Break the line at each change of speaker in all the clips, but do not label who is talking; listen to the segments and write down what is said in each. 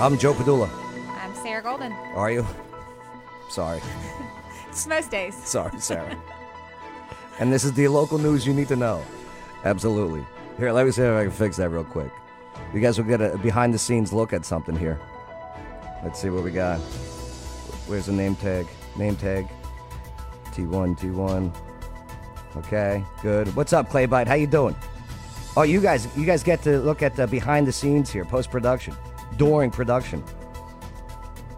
I'm Joe Padula.
I'm Sarah Golden.
Are you? Sorry.
It's most days.
Sorry, Sarah. and this is the local news you need to know. Absolutely. Here, let me see if I can fix that real quick. You guys will get a behind the scenes look at something here. Let's see what we got. Where's the name tag? Name tag. T1, T1. Okay, good. What's up, Clay Bite? How you doing? Oh, you guys, you guys get to look at the behind the scenes here, post production, during production.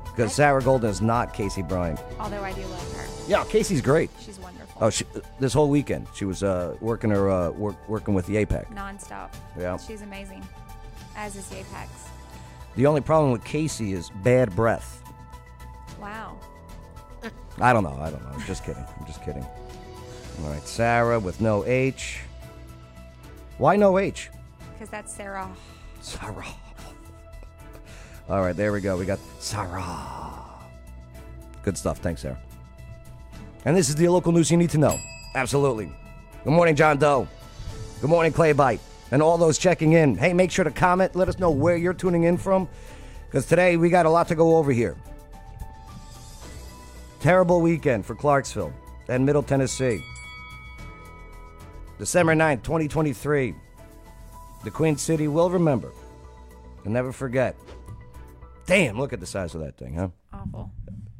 Because Sarah Golden is not Casey Bryant.
Although I do love her.
Yeah, Casey's great.
She's wonderful.
Oh, she, this whole weekend she was uh, working her uh, work, working with the APEC.
Nonstop.
Yeah.
She's amazing. As is Apex.
The only problem with Casey is bad breath.
Wow.
I don't know. I don't know. I'm just kidding. I'm just kidding. All right, Sarah with no H. Why no H?
Because that's Sarah.
Sarah. All right, there we go. We got Sarah. Good stuff. Thanks, Sarah. And this is the local news you need to know. Absolutely. Good morning, John Doe. Good morning, Clay Bite. And all those checking in. Hey, make sure to comment. Let us know where you're tuning in from. Because today we got a lot to go over here. Terrible weekend for Clarksville and Middle Tennessee. December 9th, 2023. The Queen City will remember and never forget. Damn, look at the size of that thing, huh?
Awful.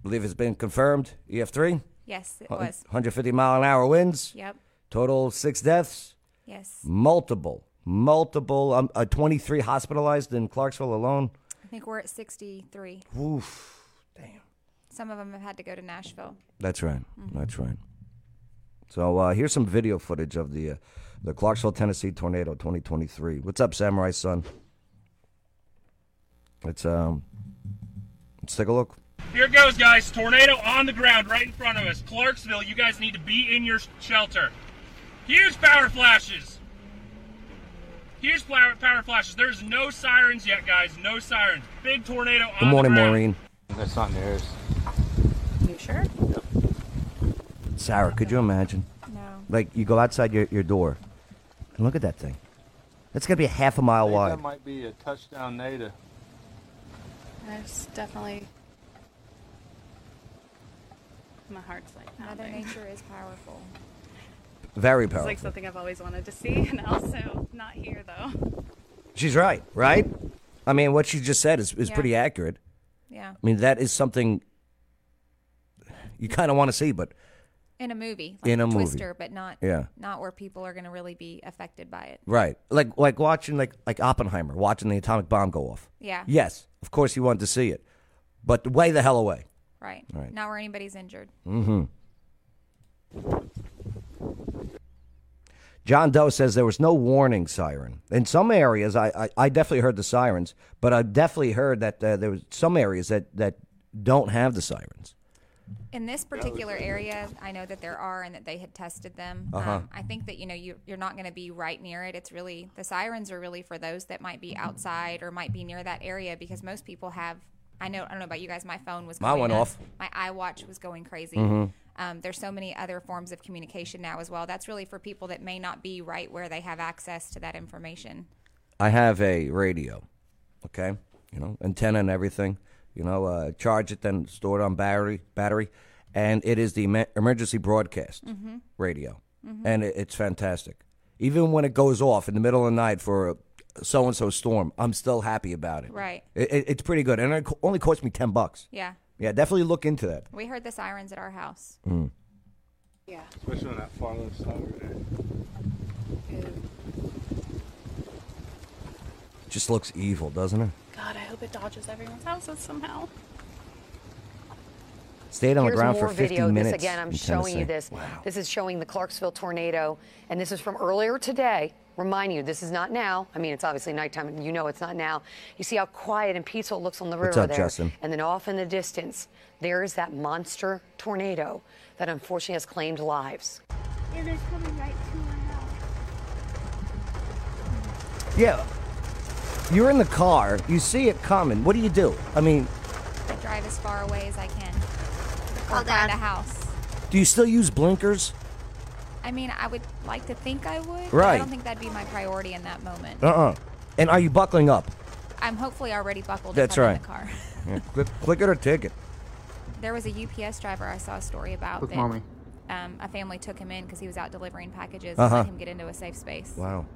believe it's been confirmed. E EF3,
Yes, it was.
150 mile an hour winds,
Yep.
total of six deaths,
Yes.
multiple, multiple, um, uh, 23 hospitalized in Clarksville alone.
I think we're at 63.
Oof, damn.
Some of them have had to go to Nashville.
That's right.
Mm-hmm.
That's right. So uh, here's some video footage of the uh, the Clarksville, Tennessee tornado 2023. What's up, Samurai Son? Let's um, let's take a look.
Here goes, guys. Tornado on the ground right in front of us. Clarksville, you guys need to be in your shelter. Huge power flashes. Huge power, power flashes. There's no sirens yet, guys. No sirens. Big tornado on
Good morning,
the ground.
Maureen.
That's not news.
You sure?
Sarah, could you imagine?
No.
Like you go outside your, your door, and look at that thing. That's gonna be a half a mile
I think
wide.
That might be a touchdown native.
That's definitely. My heart's like
Mother
pounding.
Nature is powerful.
Very
It's
powerful.
like something I've always wanted to see, and
Oh,
also not here though.
She's right, right? I mean, what she just said is, is
Yeah.
pretty accurate.
Yeah.
I mean, that is something you kind of want to see, but
In a movie.
In a movie.
Twister, but not
Yeah.
not where people are going to really be affected by it.
right, like like watching like like Oppenheimer, watching the atomic bomb go off.
Yeah.
Yes, of course you want to see it, but way the hell away.
Right.
Right.
Not where anybody's injured.
Mm-hmm. John Doe says there was no warning siren. In some areas, I, I, I definitely heard the sirens, but I definitely heard that uh, there was some areas that, that don't have the sirens.
In this particular area, I know that there are and that they had tested them.
Uh-huh.
Um, I think that you know you, you're not going to be right near it. It's really the sirens are really for those that might be outside or might be near that area because most people have. I know I don't know about you guys. My phone was
Mine
going
went
nuts.
off. Mm-hmm.
My iWatch was going crazy. Um, there's so many other forms of communication now as well. That's really for people that may not be right where they have access to that information.
I have a radio, okay, you know, antenna and everything, you know, uh, charge it, then store it on battery, battery, and it is the emer- emergency broadcast
Mm-hmm.
radio, and it, it's fantastic. Even when it goes off in the middle of the night for a so and so storm, I'm still happy about it.
Right.
It, it, it's pretty good, and it co- only cost me ten bucks.
Yeah,
Yeah, definitely look into that.
we heard the sirens at our house.
Yeah.
Especially on that far left side over there.
Just looks evil, doesn't it?
God, I hope it dodges everyone's houses somehow.
Stayed on
Here's
the ground
more
for 50
video.
minutes.
This again, I'm
in
showing you
Tennessee.
this. This is showing the Clarksville tornado, and this is from earlier today. Remind you, this is not now. I mean, it's obviously nighttime, and you know it's not now. You see how quiet and peaceful it looks on the river
What's up,
there,
Justin?
and then off in the distance, there is that monster tornado that unfortunately has claimed lives.
It is coming right to my house.
Yeah. You're in the car, you see it coming. What do you do? I mean,
I drive as far away as I can. Or
Call
find
Dad.
a house.
do you still use blinkers?
I mean, I would like to think I would. But I
Right. Oh.
don't think that'd be my priority in that moment.
Uh uh And are you buckling up?
I'm hopefully already buckled. if
That's
I'm
right.
In the car.
Yeah, click, click it or take it.
there was a UPS driver I saw a story about
Look,
that
mommy.
Um, a family took him in because he was out delivering packages and
Uh-huh.
let him get into a safe space.
Wow.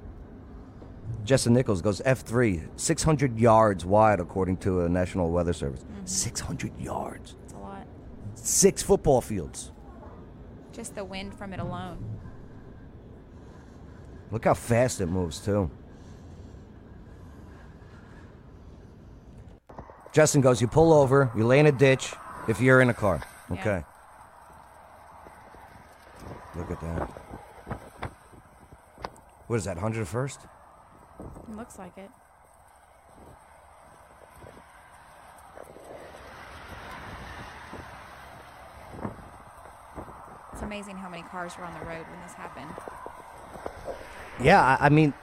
Jessa Nichols goes F3, 600 yards wide, according to a National Weather Service.
Mm-hmm.
600 yards.
That's a lot.
Six football fields.
Just the wind from it alone.
Look how fast it moves, too. Justin goes, you pull over, you lay in a ditch if you're in a car.
Yeah.
Okay. Look at that. What is that, 101st?
It looks like it. It's amazing how many cars were on the road when this happened.
Yeah, I, I mean,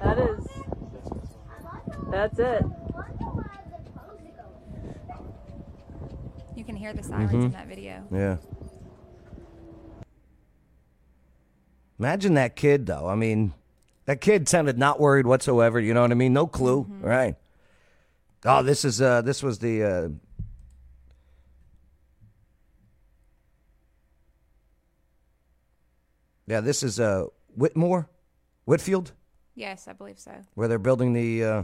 That is. That's it.
You can hear the sirens in that video.
Mm-hmm. Yeah. Imagine that kid, though. I mean, that kid sounded not worried whatsoever. You know what I mean? No clue,
Mm-hmm.
right? Oh, this is uh, this was the. Uh, yeah, this is uh, Whitmore, Whitfield,
Yes, I believe so.
where they're building the. Uh,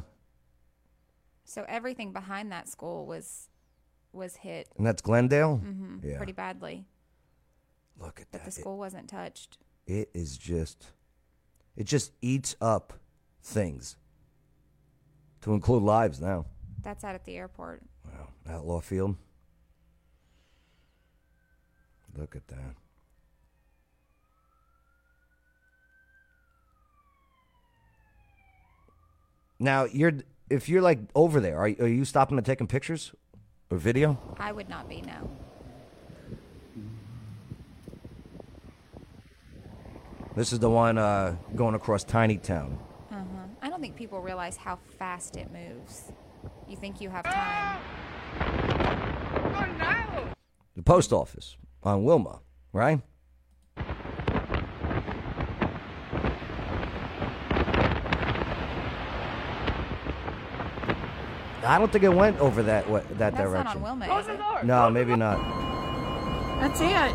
So everything behind that school was was hit
and that's Glendale. Mm-hmm. Yeah.
pretty badly,
Look at
but
that.
the
It-
school wasn't touched.
it is just it just eats up things to include lives now
That's out at the airport.
wow outlaw field look at that now you're if you're like over there are, are you stopping and taking pictures or video
I would not be now.
this is the one uh, going across tiny town
Uh-huh. I don't think people realize how fast it moves. You think you have time.
the post office on wilma right I don't think it went over that way, that
That's
direction.
not on Wilma. Is it?
No, maybe not.
That's it.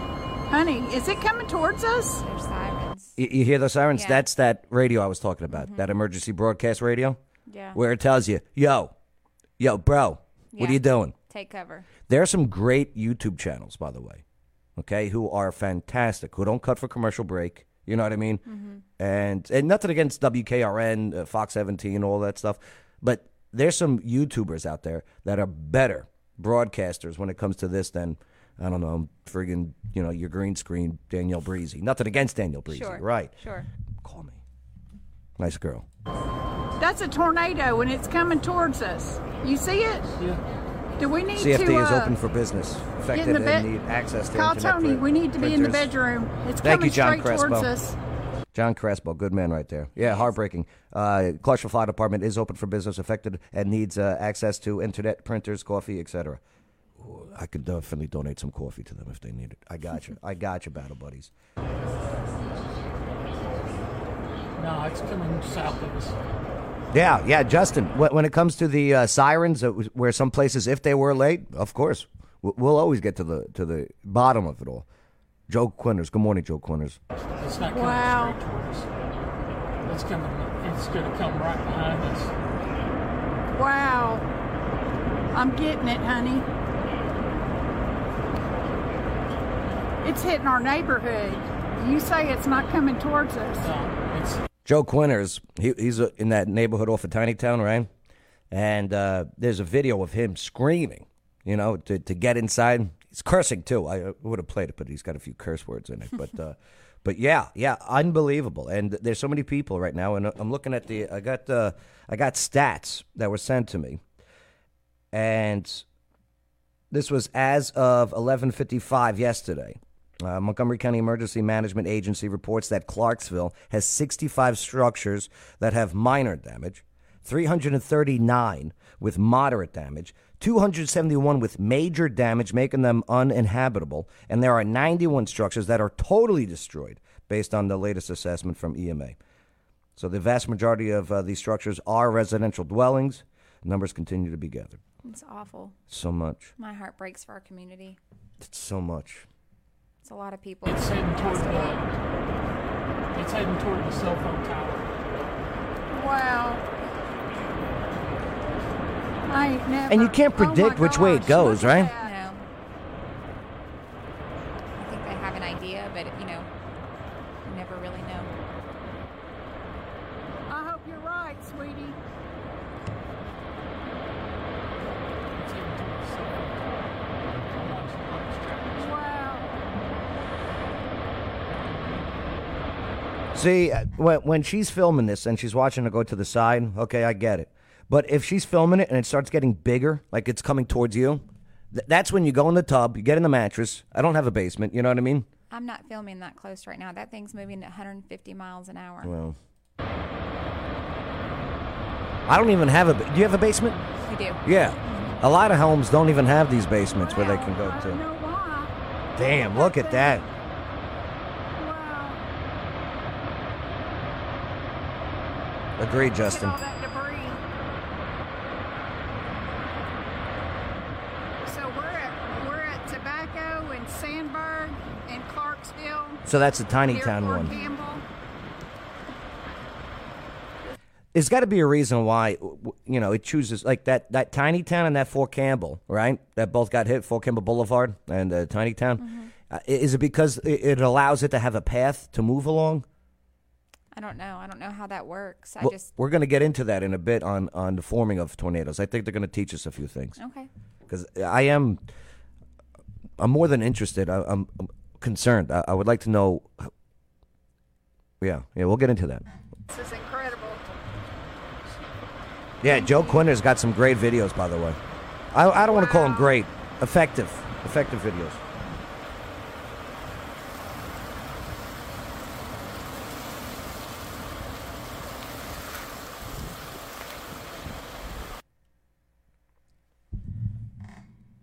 Honey, is it coming towards us?
There's sirens.
You, you hear those sirens?
Yeah. Mm-hmm.
That's that radio I was talking about. That emergency broadcast radio,
Yeah.
where it tells you, "Yo, yo, bro, what
Yeah.
are you doing?"
Take cover.
There are some great YouTube channels, by the way, okay, who are fantastic, who don't cut for commercial break. You know what I mean?
Mm-hmm.
And and nothing against WKRN, uh, Fox 17, all that stuff, but there's some YouTubers out there that are better broadcasters when it comes to this than I don't know, friggin' you know your green screen Danielle Breezy. Nothing against Danielle Breezy,
Sure.
right?
Sure.
Call me, nice girl.
That's a tornado and it's coming towards us. You see it? Yeah. Do we need
CFD
to
is
uh,
open for business.
get
Affected
in the
and
bed?
need access to
Call
internet
Tony.
print-
we need to be in the
printers.
bedroom. It's
Thank
coming
you, John
straight towards
Crespo.
us.
John Crespo, good man right there. Yeah, heartbreaking. Uh, Clarksville Fire Department is open for business affected and needs uh, access to internet, printers, coffee, etc. Ooh, I could definitely donate some coffee to them if they need it. I got you. I got you, battle buddies.
No, it's coming south of us.
Yeah, yeah, Justin. wh- When it comes to the uh, sirens, uh, where some places, if they were late, of course, w- we'll always get to the to the bottom of it all. Joe Quinners. Good morning, Joe Quinners.
It's not coming
Wow.
straight towards us. It's coming. It's going to come right behind us.
Wow. I'm getting it, honey. It's hitting our neighborhood. You say it's not coming towards us.
No, it's
Joe Quinners, he, he's uh, in that neighborhood off of Tiny Town, right? And uh, there's a video of him screaming, you know, to, to get inside. He's cursing too. I uh, would have played it, but he's got a few curse words in it. But uh, but yeah, yeah, unbelievable. And there's so many people right now. And uh, I'm looking at the I got uh, I got stats that were sent to me, and this was as of 11:55 yesterday. Uh, Montgomery County Emergency Management Agency reports that Clarksville has 65 structures that have minor damage, 339 with moderate damage, 271 with major damage, making them uninhabitable, and there are 91 structures that are totally destroyed based on the latest assessment from EMA. So the vast majority of uh, these structures are residential dwellings. Numbers continue to be gathered.
It's awful.
So much.
My heart breaks for our community.
It's so much.
It's a lot of people.
It's heading toward the, it's heading toward the cell phone tower.
Wow. I ain't never.
And you can't
oh my
predict which way it
gosh,
goes,
look at
right?
that.
uh, No. I think they have an idea, but you know, you never really know.
I hope you're right, sweetie.
It's heading toward the cell phone tower.
Wow.
See, uh, when, when she's filming this and she's watching it go to the side, okay, I get it. But if she's filming it and it starts getting bigger, like it's coming towards you, th- that's when you go in the tub, you get in the mattress. I don't have a basement, you know what I mean?
I'm not filming that close right now. That thing's moving at 150 miles an hour.
Well, I don't even have a. ba- Do you have a basement?
We do.
Yeah. A lot of homes don't even have these basements where they
Wow.
can go
I don't
to.
know why.
Damn, look at that.
Wow.
Agree,
Look at
Justin.
all that debris. So we're at, we're at Tobacco and Sandburg and Clarksville.
So that's the tiny
near
town
Fort
one.
Campbell.
there's got to be a reason why you know it chooses like that that tiny town and that Fort Campbell, right? That both got hit, Fort Campbell Boulevard and uh, tiny town. Uh, i- is it because it, it allows it to have a path to move along?
I don't know. I don't know how that works. I
Well,
just
We're going to get into that in a bit on on the forming of tornadoes. I think they're going to teach us a few things
okay.
because I am I'm more than interested. I, I'm, I'm concerned. I, I would like to know. Yeah, yeah, we'll get into that.
This is incredible.
Yeah, Joe Quinter's got some great videos, by the way. I, I don't want to call them great, effective, effective videos.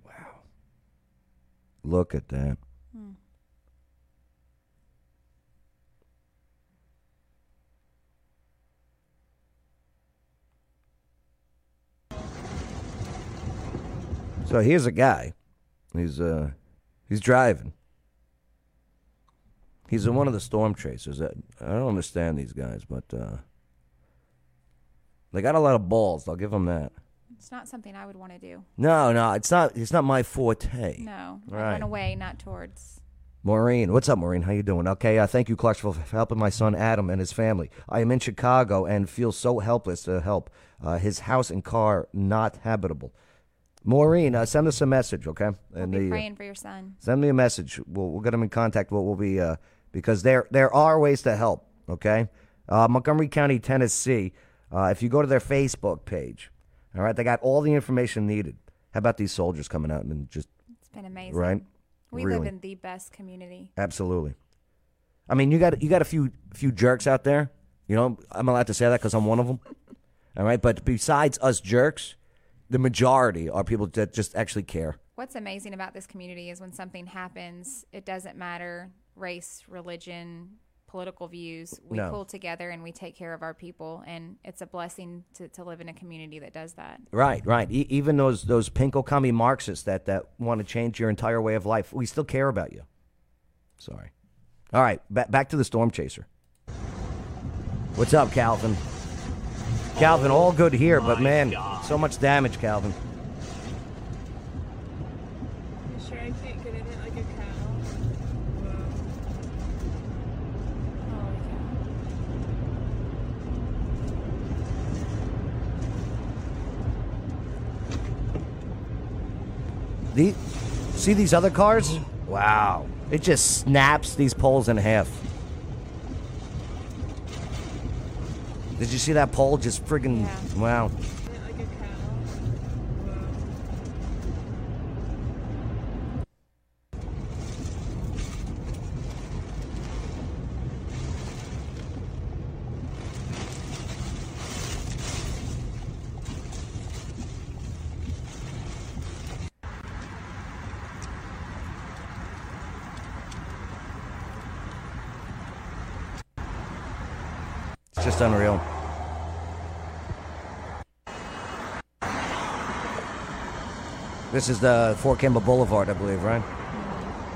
Wow! Look at that.
Hmm.
So here's a guy. He's uh he's driving. He's in one of the storm chasers. That I don't understand these guys, but uh they got a lot of balls. I'll give them that.
It's not something I would want to do.
No, no, it's not. It's not my forte.
No. I
Right.
Run away, not towards.
Maureen, what's up, Maureen? How you doing? Okay, uh, thank you, Clarksville, for helping my son Adam and his family. I am in Chicago and feel so helpless to help. Uh, his house and car not habitable. Maureen, uh, send us a message, okay? And
Be
the, uh,
praying for your son.
send me a message. We'll, we'll get them in contact. What will be uh, because there there are ways to help. Okay, uh, Montgomery County, Tennessee. Uh, if you go to their Facebook page, all right, they got all the information needed. How about these soldiers coming out and just
It's been amazing.
Right?
We
Really.
live in the best community.
absolutely? I mean, you got you got a few few jerks out there. You know, I'm allowed to say that because I'm one of them. All right, but besides us jerks, the majority are people that just actually care.
What's amazing about this community is when something happens, it doesn't matter race, religion, political views. We
No.
pull together and we take care of our people. And it's a blessing to, to live in a community that does that.
Right, right. E- even those those pinko commie Marxists that that want to change your entire way of life, we still care about you. Sorry. All right, ba- back to the storm chaser. What's up, Calvin? Calvin, all good here, but man, so much damage, Calvin.
Sure, I can't get in it like a cow.
The, see these other cars? Wow, it just snaps these poles in half. Did you see that pole just friggin'
Yeah.
wow? It's just unreal. This is the Fort Campbell Boulevard, I believe, right?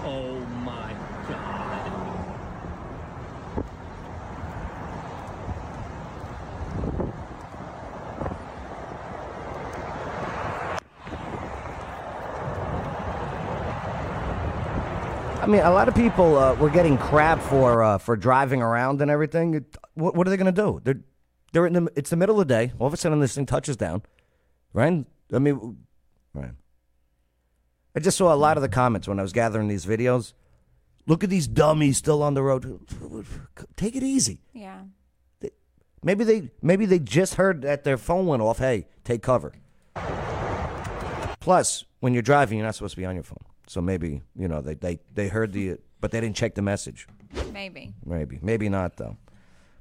Oh my god.
I mean, a lot of people uh, were getting crap for uh, for driving around and everything. It- What, what are they going to do? They're they're in the it's the middle of the day. All of a sudden, this thing touches down, right? I mean, right. I just saw a lot of the comments when I was gathering these videos. Look at these dummies still on the road. Take it easy.
Yeah.
Maybe they maybe they just heard that their phone went off. Hey, take cover. Plus, when you're driving, you're not supposed to be on your phone. So maybe you know they they, they heard the but they didn't check the message.
Maybe.
Maybe maybe not though.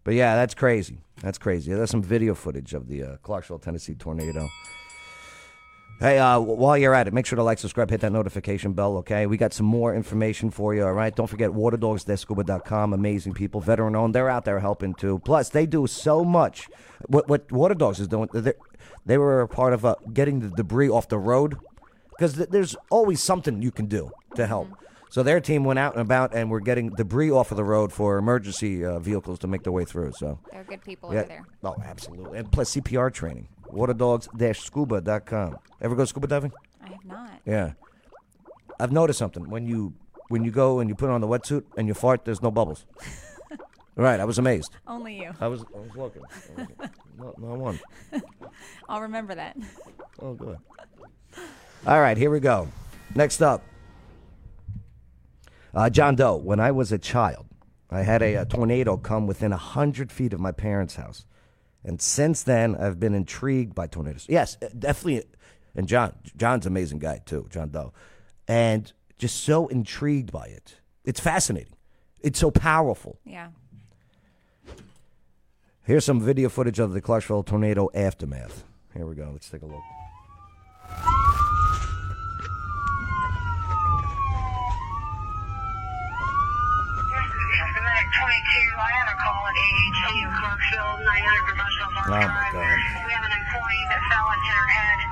But yeah, that's crazy. That's crazy. There's some video footage of the uh, Clarksville, Tennessee tornado. Hey, uh, w- while you're at it, make sure to like, subscribe, hit that notification bell, okay? We got some more information for you, all right? Don't forget waterdogs.scuba.com. Amazing people, veteran owned. They're out there helping too. Plus, they do so much. What, what Water Dogs is doing, they're- they were a part of uh, getting the debris off the road because th- there's always something you can do to help.
Mm-hmm.
So their team went out and about and were getting debris off of the road for emergency uh, vehicles to make their way through. So
They're good people over there.
Oh, absolutely. And plus CPR training. Waterdogs-scuba.com. Ever go scuba diving?
I have not.
Yeah. I've noticed something. When you when you go and you put on the wetsuit and you fart, there's no bubbles. right, I was amazed.
Only you.
I was I was looking. I was looking. not, not one.
I'll remember that.
Oh good. All right, here we go. Next up. Uh, John Doe, when I was a child, I had a, uh tornado come within 100 feet of my parents' house. And since then, I've been intrigued by tornadoes. Yes, uh, definitely. And John, John's an amazing guy, too, John Doe. And just so intrigued by it. It's fascinating. It's so powerful.
Yeah.
Here's some video footage of the Clarksville tornado aftermath. Here we go. Let's take a look.
Oh my god.
We have an employee that fell and hit her head.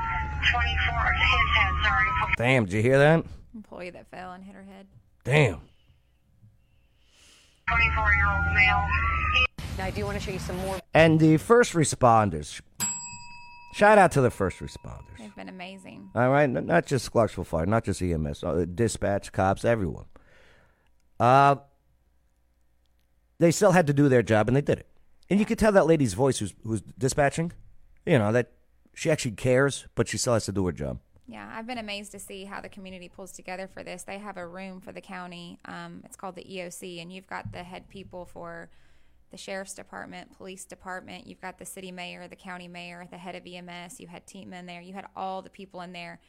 24, his head, sorry.
Damn, did you hear that?
Employee that fell and hit her head.
Damn.
24 year old male. Now, I do want to show you some more
And the first responders. Shout out to the first responders.
They've been amazing.
All right, N- not just Clarksville Fire, not just EMS, uh, dispatch, cops, everyone. Uh, they still had to do their job, and they did it. And you could tell that lady's voice, who's who's dispatching, you know that she actually cares, but she still has to do her job.
Yeah, I've been amazed to see how the community pulls together for this. They have a room for the county. Um, it's called the EOC, and you've got the head people for the sheriff's department, police department. You've got the city mayor, the county mayor, the head of EMS. You had team in there. You had all the people in there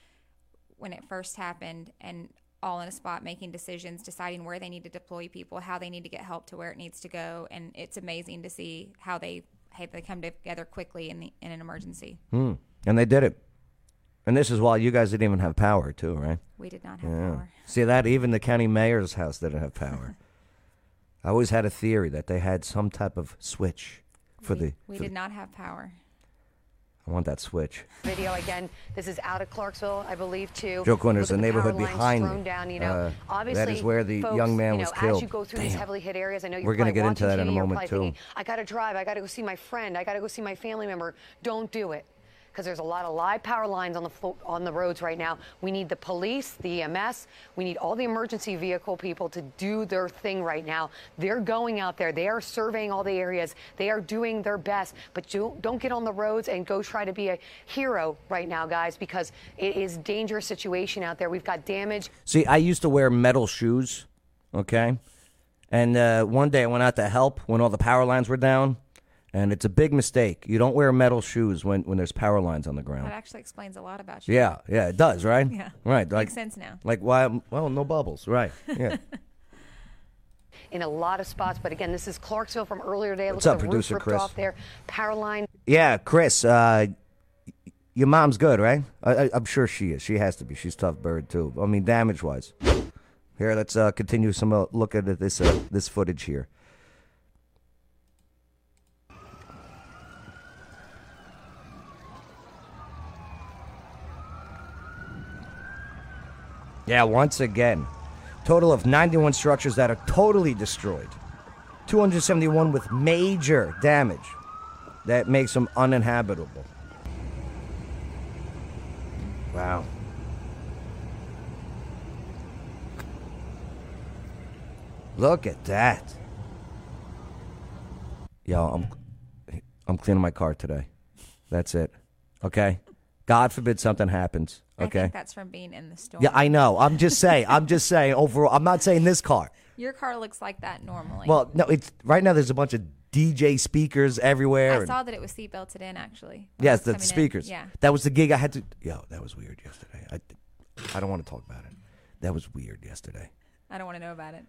when it first happened, and all in a spot making decisions, deciding where they need to deploy people, how they need to get help to where it needs to go. And it's amazing to see how they how they come together quickly in the in an emergency.
Hmm. And they did it. And this is why you guys didn't even have power, too, right?
We did not have
power. See that? Even the county mayor's house didn't have power. I always had a theory that they had some type of switch for the.
We
for
did
the-
not have power.
I want that switch.
video again. This is out of Clarksville, I believe, too.
Joe Corner's
Look
the
at power
neighborhood
lines
behind me.
thrown down, you know.
Uh, that
Obviously,
is where the
folks,
young man
you know,
was killed.
As you go through these
Damn.
heavily hit areas, I know you're
We're gonna
probably
get into
watching
that in
TV,
a
you're
moment,
probably
too.
Thinking, I got to drive. I got to go see my friend. I got to go see my family member. Don't do it. Because there's a lot of live power lines on the flo- on the roads right now. We need the police, the EMS. We need all the emergency vehicle people to do their thing right now. They're going out there. They are surveying all the areas. They are doing their best. But do, don't get on the roads and go try to be a hero right now, guys, because it is dangerous situation out there. We've got damage.
See, I used to wear metal shoes, okay? And uh, one day I went out to help when all the power lines were down. And it's a big mistake. You don't wear metal shoes when, when there's power lines on the ground.
That actually explains a lot about you.
Yeah, yeah, it does, right?
Yeah.
Right.
Makes
Like,
sense now.
Like why well, no bubbles, right. Yeah.
in a lot of spots. But again, this is Clarksville from earlier today.
What's
Look
up,
at the
producer
roof ripped
Chris?
off there. Power line
yeah, Chris, uh y- your mom's good, right? I, I, I'm sure she is. She has to be. She's a tough bird too. I mean, damage wise. Here, let's uh, continue some uh, look at this uh, this footage here. Yeah, once again. Total of 91 structures that are totally destroyed. 271 with major damage that makes them uninhabitable. Wow. Look at that. Yo, I'm I'm cleaning my car today. That's it. Okay? God forbid something happens. Okay.
I think that's from being in the storm.
Yeah, I know. I'm just saying. I'm just saying. Overall, I'm not saying this car.
Your car looks like that normally.
Well, no. It's right now. There's a bunch of DJ speakers everywhere.
I
and-
saw that it was seat belted in actually. when
yes,
it was
the
coming in.
speakers.
Yeah.
That was the gig I had to. Yo, that was weird yesterday. I, I don't want to talk about it. That was weird yesterday.
I don't want to know about it.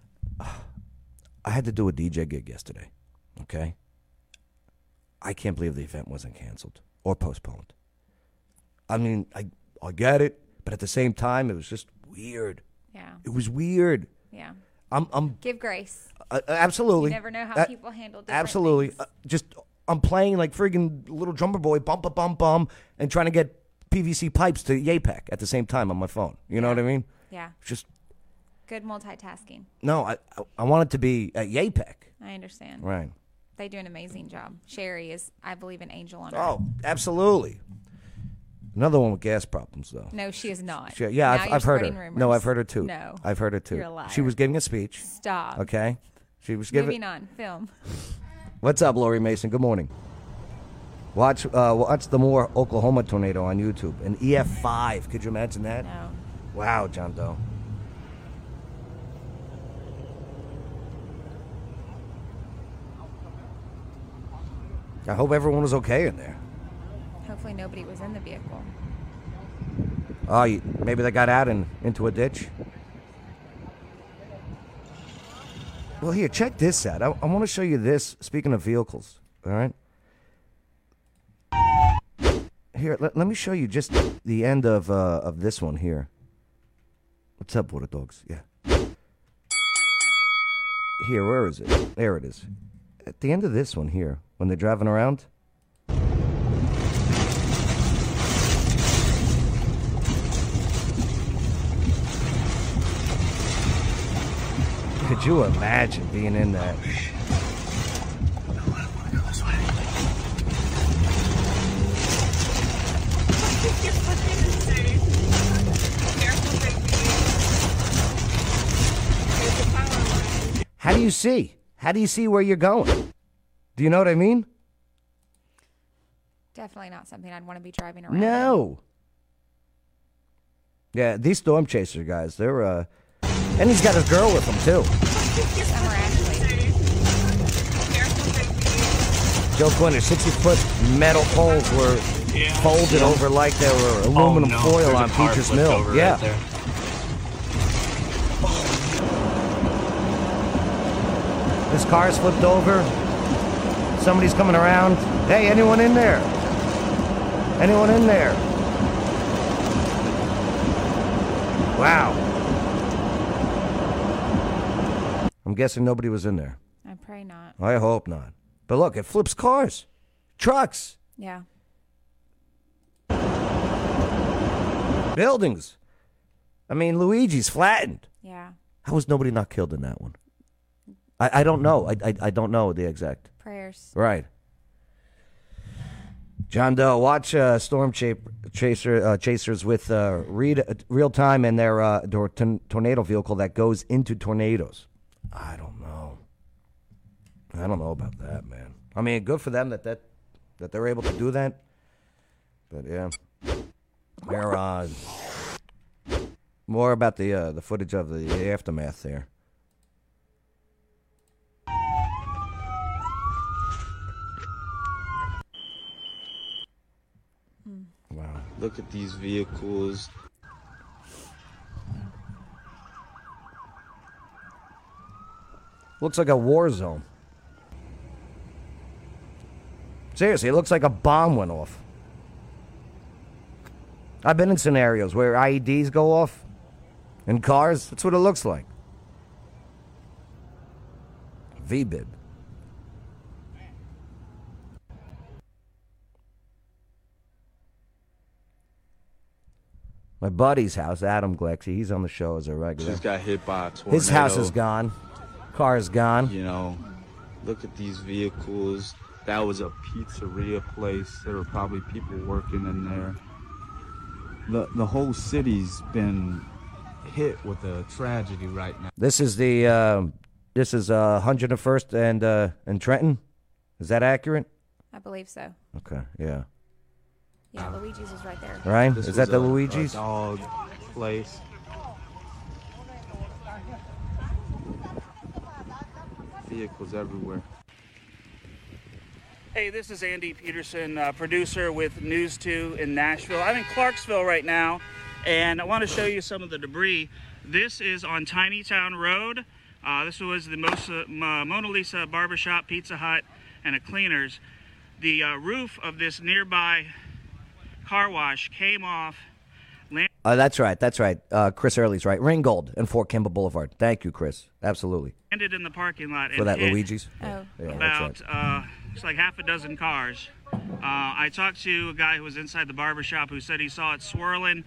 I had to do a DJ gig yesterday. Okay. I can't believe the event wasn't canceled or postponed. I mean, I I get it, but at the same time, it was just weird.
Yeah.
It was weird.
Yeah.
I'm I'm
Give grace.
Uh, uh, absolutely. Uh,
You never know how people handle different
Absolutely. Uh, just I'm playing like friggin' little drummer boy, bump a bum bum, and trying to get PVC pipes to YAPEC at the same time on my phone. You know what I mean?
Yeah.
Just
Good multitasking.
no. I I, I want it to be at YAPEC.
I understand.
Right.
They do an amazing job. Sherry is, I believe, an angel on earth.
Oh, absolutely. Another one with gas problems though.
No, she is not.
She- yeah,
Now
I've,
you're
I've heard her.
spreading rumors.
No, I've heard her too.
No,
I've heard her too.
You're a liar.
She was giving a speech.
Stop.
Okay. She was giving.
Moving on. Film.
What's up, Lori Mason? Good morning. Watch uh, watch the more Oklahoma tornado on YouTube. An EF5. Could you imagine that?
No.
Wow, John Doe. I hope everyone was okay in there.
Hopefully, nobody was in the vehicle.
Oh, you- maybe they got out and into a ditch. Well, here, check this out. I, I want to show you this. Speaking of vehicles, all right. Here, let, let me show you just the end of uh, of this one here. What's up, water dogs? Yeah. Here, where is it? There it is. At the end of this one here, when they're driving around. Could you imagine being in that? How do you see? How do you see where you're going? Do you know what I mean?
Definitely not something I'd want to be driving around.
No. Yeah, these storm chaser guys, they're uh and he's got his girl with him too.
Summer Ashley.
Joe Quinn, 60 foot metal poles were folded over like they were aluminum
Oh, no,
foil
there's
on
a car
Peaches
flipped
Mill.
over right
yeah.
there.
This car's flipped over. Somebody's coming around. Hey, anyone in there? Anyone in there? Wow. I'm guessing nobody was in there.
I pray not.
I hope not. But look, it flips cars, trucks,
Yeah.
buildings. I mean, Luigi's flattened.
Yeah.
How was nobody not killed in that one? I, I don't know. I, I I don't know the exact.
Prayers.
Right. John Doe, watch uh, Storm cha- Chaser uh, Chasers with uh, read, uh, real time and their uh, tor- ton- tornado vehicle that goes into tornadoes. I don't know. I don't know about that, man. I mean, good for them that that, that they're able to do that. But yeah, they're, uh, more about the uh, the footage of the aftermath there. Wow.
Look at these vehicles.
Looks like a war zone. Seriously, it looks like a bomb went off. I've been in scenarios where IEDs go off in cars. That's what it looks like. VBIB. My buddy's house, Adam Glexi, he's on the show as a regular.
Just got hit by a tornado.
His house is gone. Car is gone.
You know, look at these vehicles. That was a pizzeria place. There were probably people working in there. The the whole city's been hit with a tragedy right now.
This is the uh, this is uh, 101st and uh, and Trenton. Is that accurate?
I believe so.
Okay, yeah.
Yeah, Luigi's is right there.
Ah. Right?
This
is that
was
the
a- a
Luigi's?
dog place. Vehicles everywhere.
Hey, this is Andy Peterson, uh, producer with News 2 in Nashville. I'm in Clarksville right now, and I want to show you some of the debris. This is on Tiny Town Road. Uh, this was the Mosa, M- uh, Mona Lisa Barbershop, Pizza Hut, and a cleaner's. The uh, roof of this nearby car wash came off. Land-
Uh, that's right. That's right. Uh, Chris Early's right. Ringgold and Fort Kimball Boulevard. Thank you, Chris. Absolutely.
landed in the parking lot
For
and
that
hit
Luigi's? Oh. Yeah, that's
about uh, it's like half a dozen cars. Uh, I talked to a guy who was inside the barber shop who said he saw it swirling,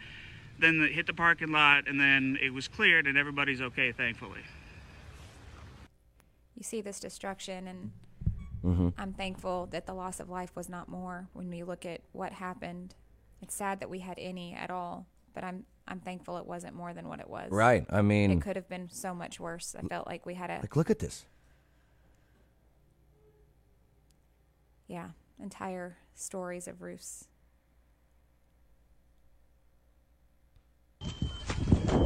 then it hit the parking lot, and then it was cleared, and everybody's okay, thankfully.
You see this destruction, and
Mm-hmm.
Mhm.
I'm thankful that the loss of life was not more. When we look at what happened, it's sad that we had any at all, but I'm I'm thankful it wasn't more than what it was.
Right, I mean-
it could have been so much worse. I felt like we had a
Like, look at this.
yeah entire stories of roofs.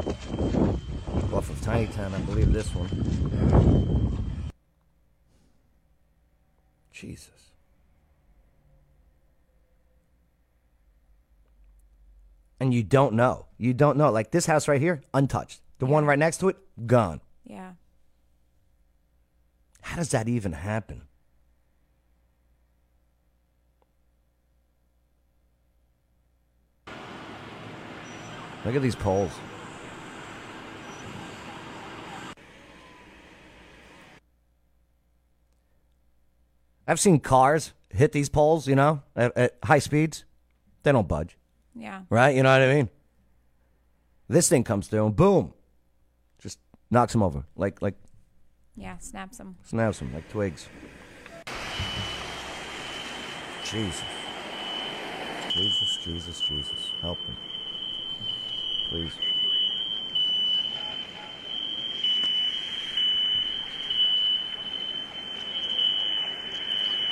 Off of Tiny Town, I believe this one. Jesus. And you don't know. You don't know. Like this house right here, untouched. The one right next to it, gone.
Yeah,
How does that even happen? Look at these poles. I've seen cars hit these poles, you know, at, at high speeds. They don't budge.
Yeah.
Right? You know what I mean? This thing comes through and boom, just knocks them over. Like, like,
yeah, snaps them.
Snaps them like twigs. Jesus. Jesus, Jesus, Jesus. Help me. Please.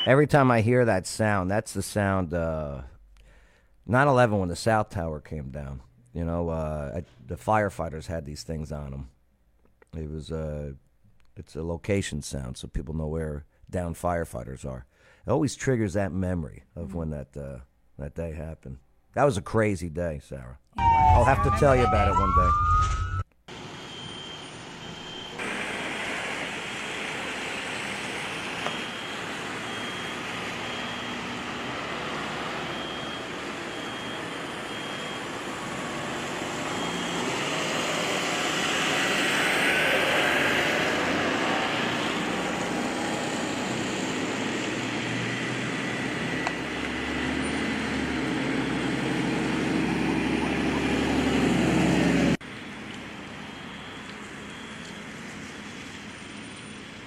Every time I hear that sound, that's the sound uh 9/11 when the South Tower came down. You know, uh, I, the firefighters had these things on them. It was uh, it's a location sound, so people know where down firefighters are. It always triggers that memory of when that uh, that day happened. That was a crazy day, Sarah. I'll have to tell you about it one day.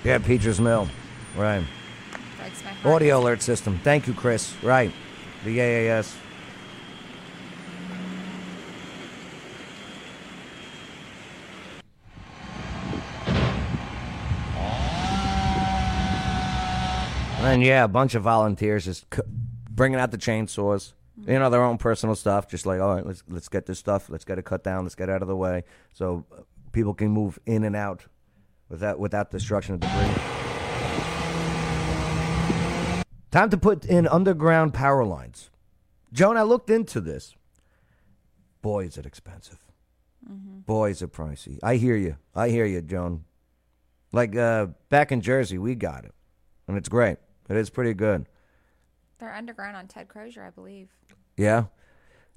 Yeah, Peter's Mill. Right.
Breaks my heart.
Audio alert system. Thank you, Chris. Right. The AAS. And yeah, a bunch of volunteers just c- bringing out the chainsaws, you know, their own personal stuff. Just like, all right, let's let's get this stuff, let's get it cut down, let's get out of the way, so uh, people can move in and out without without destruction of debris. Time to put in underground power lines. Joan, I looked into this. Boy, is it expensive.
Mm-hmm.
Boy, is it pricey. I hear you. I hear you, Joan. Like uh, back in Jersey, we got it, and it's great. It is pretty good.
They're underground on Ted Crozier, I believe.
Yeah,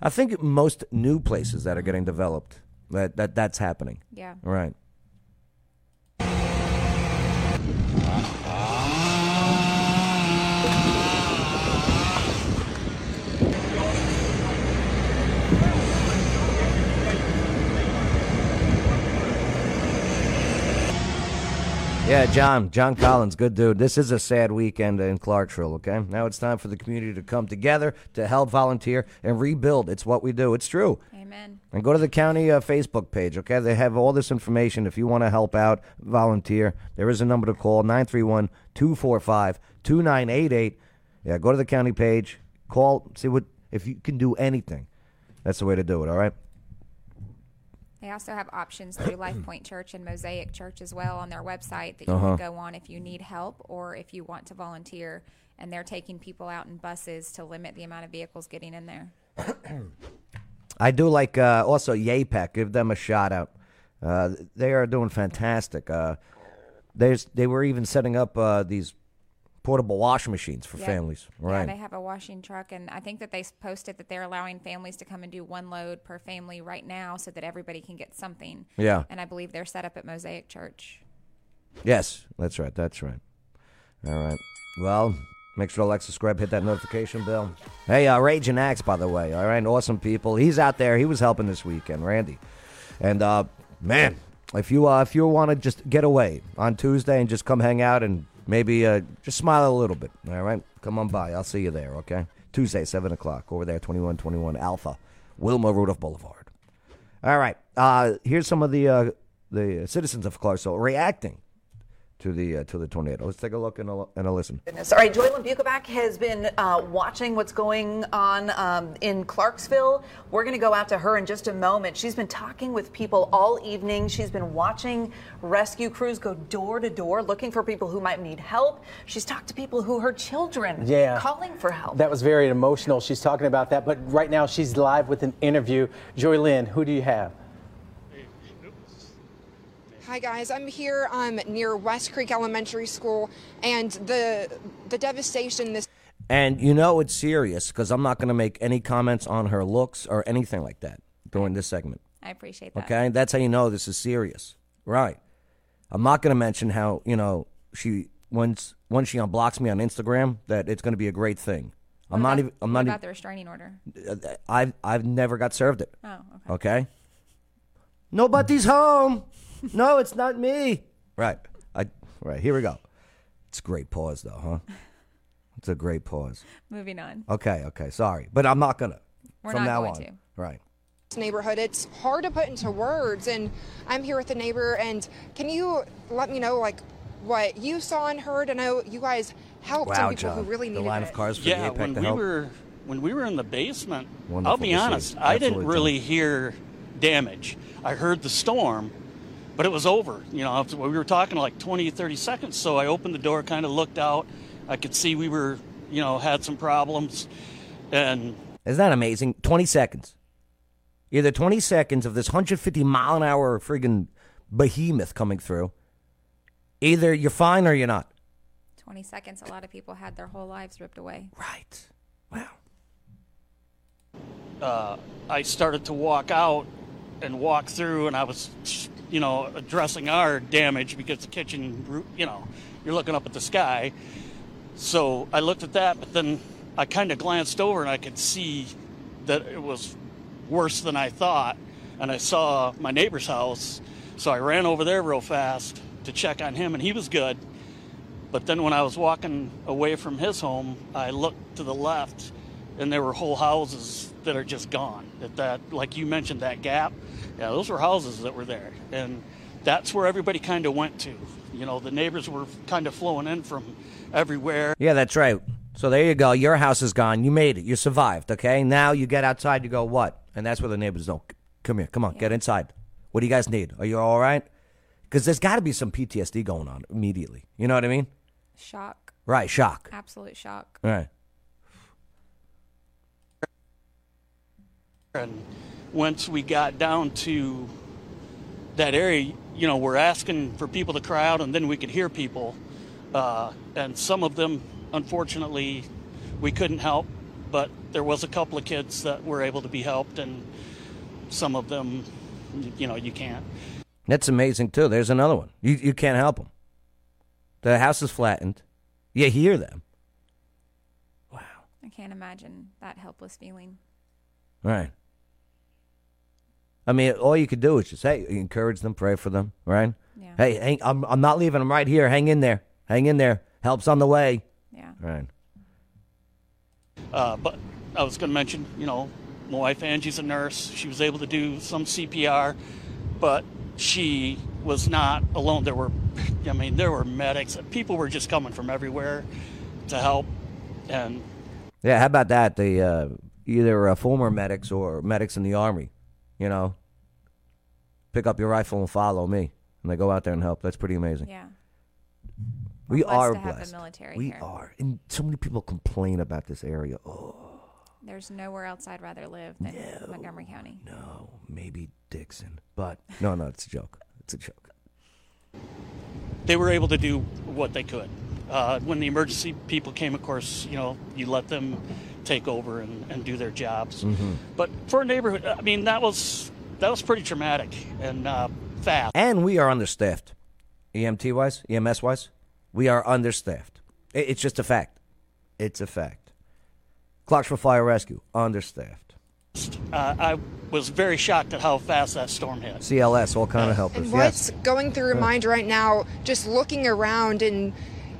I think most new places that are getting developed that, that that's happening.
Yeah.
right. Yeah, John, John Collins, good dude. This is a sad weekend in Clarksville, okay? Now it's time for the community to come together to help volunteer and rebuild. It's what we do. It's true.
Amen.
And go to the county uh, Facebook page, okay? They have all this information. If you want to help out, volunteer, there is a number to call 931 245 2988. Yeah, go to the county page, call, see what, if you can do anything. That's the way to do it, all right?
They also have options through Life Point Church and Mosaic Church as well on their website that you
Uh-huh.
can go on if you need help or if you want to volunteer. And they're taking people out in buses to limit the amount of vehicles getting in there.
I do like uh, also Yapek. Give them a shout out. Uh, they are doing fantastic. Uh, there's they were even setting up uh, these portable wash machines for
Yeah.
families.
Yeah,
Right.
they have a washing truck, and I think that they s- posted that they're allowing families to come and do one load per family right now, so that everybody can get something.
Yeah.
And I believe they're set up at Mosaic Church.
yes, that's right. That's right. All right. Well, make sure to like, subscribe, hit that notification bell. Hey, uh, Raging Axe, by the way. All right, awesome people. He's out there. He was helping this weekend, Randy. And uh, man, if you uh, if you want to just get away on Tuesday and just come hang out and maybe uh, just smile a little bit. All right, come on by. I'll see you there. Okay, Tuesday, seven o'clock over there, twenty one twenty one Alpha, Wilma Rudolph Boulevard. All right. Uh, here's some of the uh, the citizens of Clarksville reacting to the uh, to the tornado. Let's take a look and a, and a listen.
Goodness. All right, Joylyn Bukovac has been uh, watching what's going on um, in Clarksville. We're going to go out to her in just a moment. She's been talking with people all evening. She's been watching rescue crews go door to door looking for people who might need help. She's talked to people who her children
Yeah.
calling for help.
That was very emotional. She's talking about that, but right now she's live with an interview. Joy Lynn, who do you have?
Hi guys, I'm here um, near West Creek Elementary School, and the the devastation this
And you know it's serious because I'm not going to make any comments on her looks or anything like that during this segment.
I appreciate that.
Okay, that's how you know this is serious, right? I'm not going to mention how you know she once once she unblocks me on Instagram that it's going to be a great thing. I'm not
What about-
even. I'm
what
not e-
about the
even.
restraining order.
I've I've never got served it.
Oh, okay.
Okay. Nobody's home. No, it's not me. Right. I right. Here we go. It's a great pause though, huh? It's a great pause.
Moving on.
Okay. Okay. Sorry, but I'm not gonna.
We're
from
not
now
going
on.
to.
Right.
neighborhood, it's hard to put into words. And I'm here with a neighbor, and can you let me know like what you saw and heard? I know you guys helped
Wow,
some people who
John.
really
The
needed
line
it.
of cars for
yeah,
the APEC
when
to
we
help.
were when we were in the basement,
Wonderful
I'll be
to see.
honest, I didn't
Absolutely,
really hear damage. I heard the storm, but it was over. You know, after, we were talking like 20, 30 seconds. So I opened the door, kind of looked out. I could see we were, you know, had some problems, and
Isn't that amazing? 20 seconds. Either 20 seconds of this 150 mile an hour friggin' behemoth coming through. Either you're fine or you're not.
Twenty seconds. A lot of people had their whole lives ripped away.
Right.
uh, I started to walk out and walk through, and I was, you know, addressing our damage because the kitchen, roo- you know, you're looking up at the sky. So I looked at that, but then I kind of glanced over and I could see that it was worse than I thought. And I saw my neighbor's house, so I ran over there real fast to check on him, and he was good. But then when I was walking away from his home, I looked to the left and there were whole houses that are just gone. That, that like you mentioned that gap. Yeah, those were houses that were there. And that's where everybody kind of went to. You know, the neighbors were kind of flowing in from everywhere.
Yeah, that's right. So there you go. Your house is gone. You made it. You survived. Okay. Now you get outside. You go what? And that's where the neighbors don't. Come here. Come on. Get inside. What do you guys need? Are you all right? Because there's got to be some PTSD going on immediately. You know what I mean?
Shock.
Right. Shock.
Absolute shock.
Right.
And once we got down to that area, you know, we're asking for people to cry out, and then we could hear people. Uh, and some of them, unfortunately, we couldn't help, but there was a couple of kids that were able to be helped, and some of them, y- you know, you can't.
That's amazing too. There's another one. You you can't help them. The house is flattened. You hear them.
I can't imagine that helpless feeling.
Right. I mean, all you could do is just hey, encourage them, pray for them, right?
Yeah.
Hey, hang, I'm I'm not leaving. I'm right here. Hang in there. Hang in there. Help's on the way.
Yeah.
All right.
Uh, but I was going to mention, you know, my wife Angie's a nurse. She was able to do some CPR, but she was not alone. There were, I mean, there were medics. People were just coming from everywhere to help. And
Yeah, how about that? The uh, either uh, former medics or medics in the army, you know, pick up your rifle and follow me, and they go out there and help. That's pretty amazing.
Yeah.
We
Blessed
are
to have the
blessed.
military
we
here.
are, and so many people complain about this area. Oh,
There's nowhere else I'd rather live than Montgomery County.
No. maybe Dixon, but no, no, it's a joke. It's a joke.
they were able to do what they could. Uh, when the emergency people came, of course, you know, you let them take over and, and do their jobs.
Mm-hmm.
But for a neighborhood, I mean, that was that was pretty traumatic and uh, fast.
And we are understaffed, E EMT wise, EMS wise. We are understaffed. I- It's just a fact. It's a fact. Clocks for fire rescue understaffed.
Uh, I was very shocked at how fast that storm hit.
CLS, all kind of helpers.
And
yes.
what's going through your
Yeah.
mind right now, just looking around and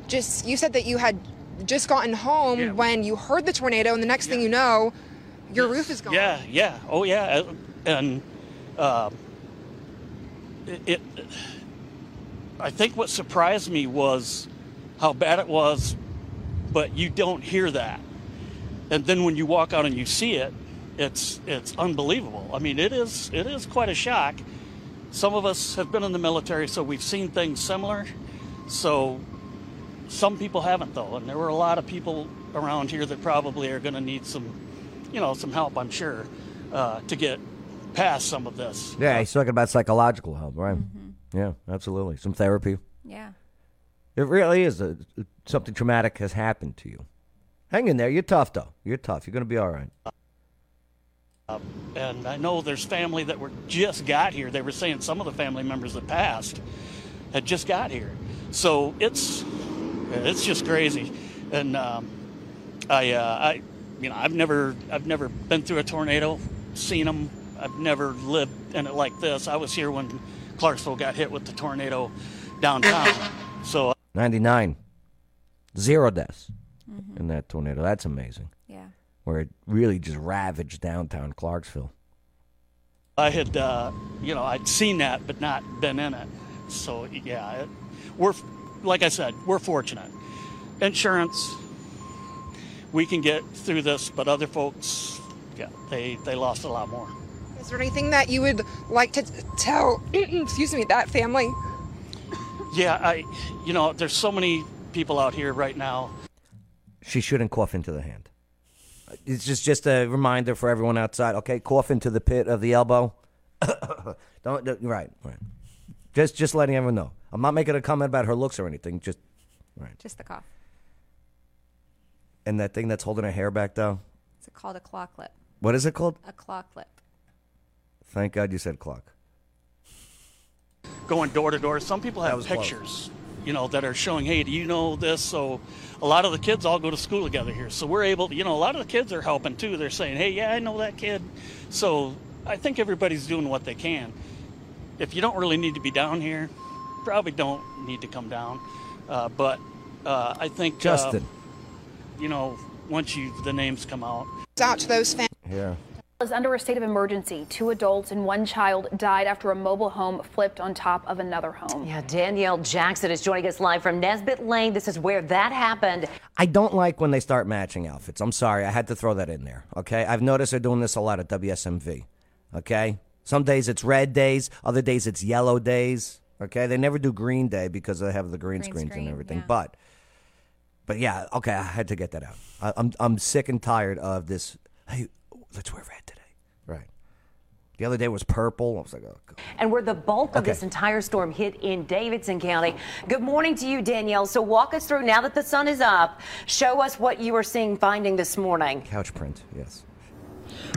just, you said that you had just gotten home when you heard the tornado, and the next thing you know, your roof is gone.
Yeah, yeah, oh yeah, Uh, and uh, it, it. I think what surprised me was how bad it was, but you don't hear that, and then when you walk out and you see it, it's it's unbelievable. I mean, it is it is quite a shock. Some of us have been in the military, so we've seen things similar. So some people haven't though, and there were a lot of people around here that probably are going to need some, you know, some help. I'm sure uh, to get past some of this.
Yeah, he's talking about psychological help, right?
Mm-hmm.
Yeah, absolutely. Some therapy.
Yeah.
It really is a, something traumatic has happened to you. Hang in there. You're tough, though. You're tough. You're going to be all right.
Uh, and I know there's family that were just got here. They were saying some of the family members that passed had just got here. So it's it's just crazy. And um, I uh, I you know I've never I've never been through a tornado, seen them. I've never lived in it like this. I was here when Clarksville got hit with the tornado downtown. So
99. Zero deaths in that tornado. That's amazing.
Yeah.
Where it really just ravaged downtown Clarksville.
I had, uh, you know, I'd seen that, but not been in it. So yeah, it, we're like I said, we're fortunate. Insurance, we can get through this, but other folks, yeah, they they lost a lot more.
Is there anything that you would like to t- tell, excuse me, that family?
Yeah, I, you know, there's so many people out here right now.
She shouldn't cough into the hand. It's just, just a reminder for everyone outside. Okay, cough into the pit of the elbow. don't, don't right, right. Just just letting everyone know. I'm not making a comment about her looks or anything. Just
Just the cough.
and that thing that's holding her hair back down.
It's called a claw clip.
What is it called?
A claw clip.
Thank God you said clock.
going door to door. Some people have pictures, you know, that are showing, hey, do you know this? So a lot of the kids all go to school together here. So we're able, you know, a lot of the kids are helping too. They're saying, hey, yeah, I know that kid. So I think everybody's doing what they can. If you don't really need to be down here, probably don't need to come down. Uh, but uh, I think,
Justin.
Uh, you know, once you the names come out,
out to those families.
Yeah.
Is under a state of emergency. Two adults and one child died after a mobile home flipped on top of another home.
Yeah, Danielle Jackson is joining us live from Nesbitt Lane. This is where that happened.
I don't like when they start matching outfits. I'm sorry, I had to throw that in there. Okay, I've noticed they're doing this a lot at WSMV. Okay, some days it's red days, other days it's yellow days. Okay, they never do green day because they have the green,
Green
screens
screen,
and everything.
yeah.
But, but yeah, okay, I had to get that out. I, I'm I'm sick and tired of this. Hey, let's wear red today. Right. The other day was purple. I was like, oh God.
And where the bulk of
Okay.
this entire storm hit in Davidson County. Good morning to you, Danielle. So walk us through now that the sun is up. Show us what you are seeing, finding this morning.
couch print. Yes.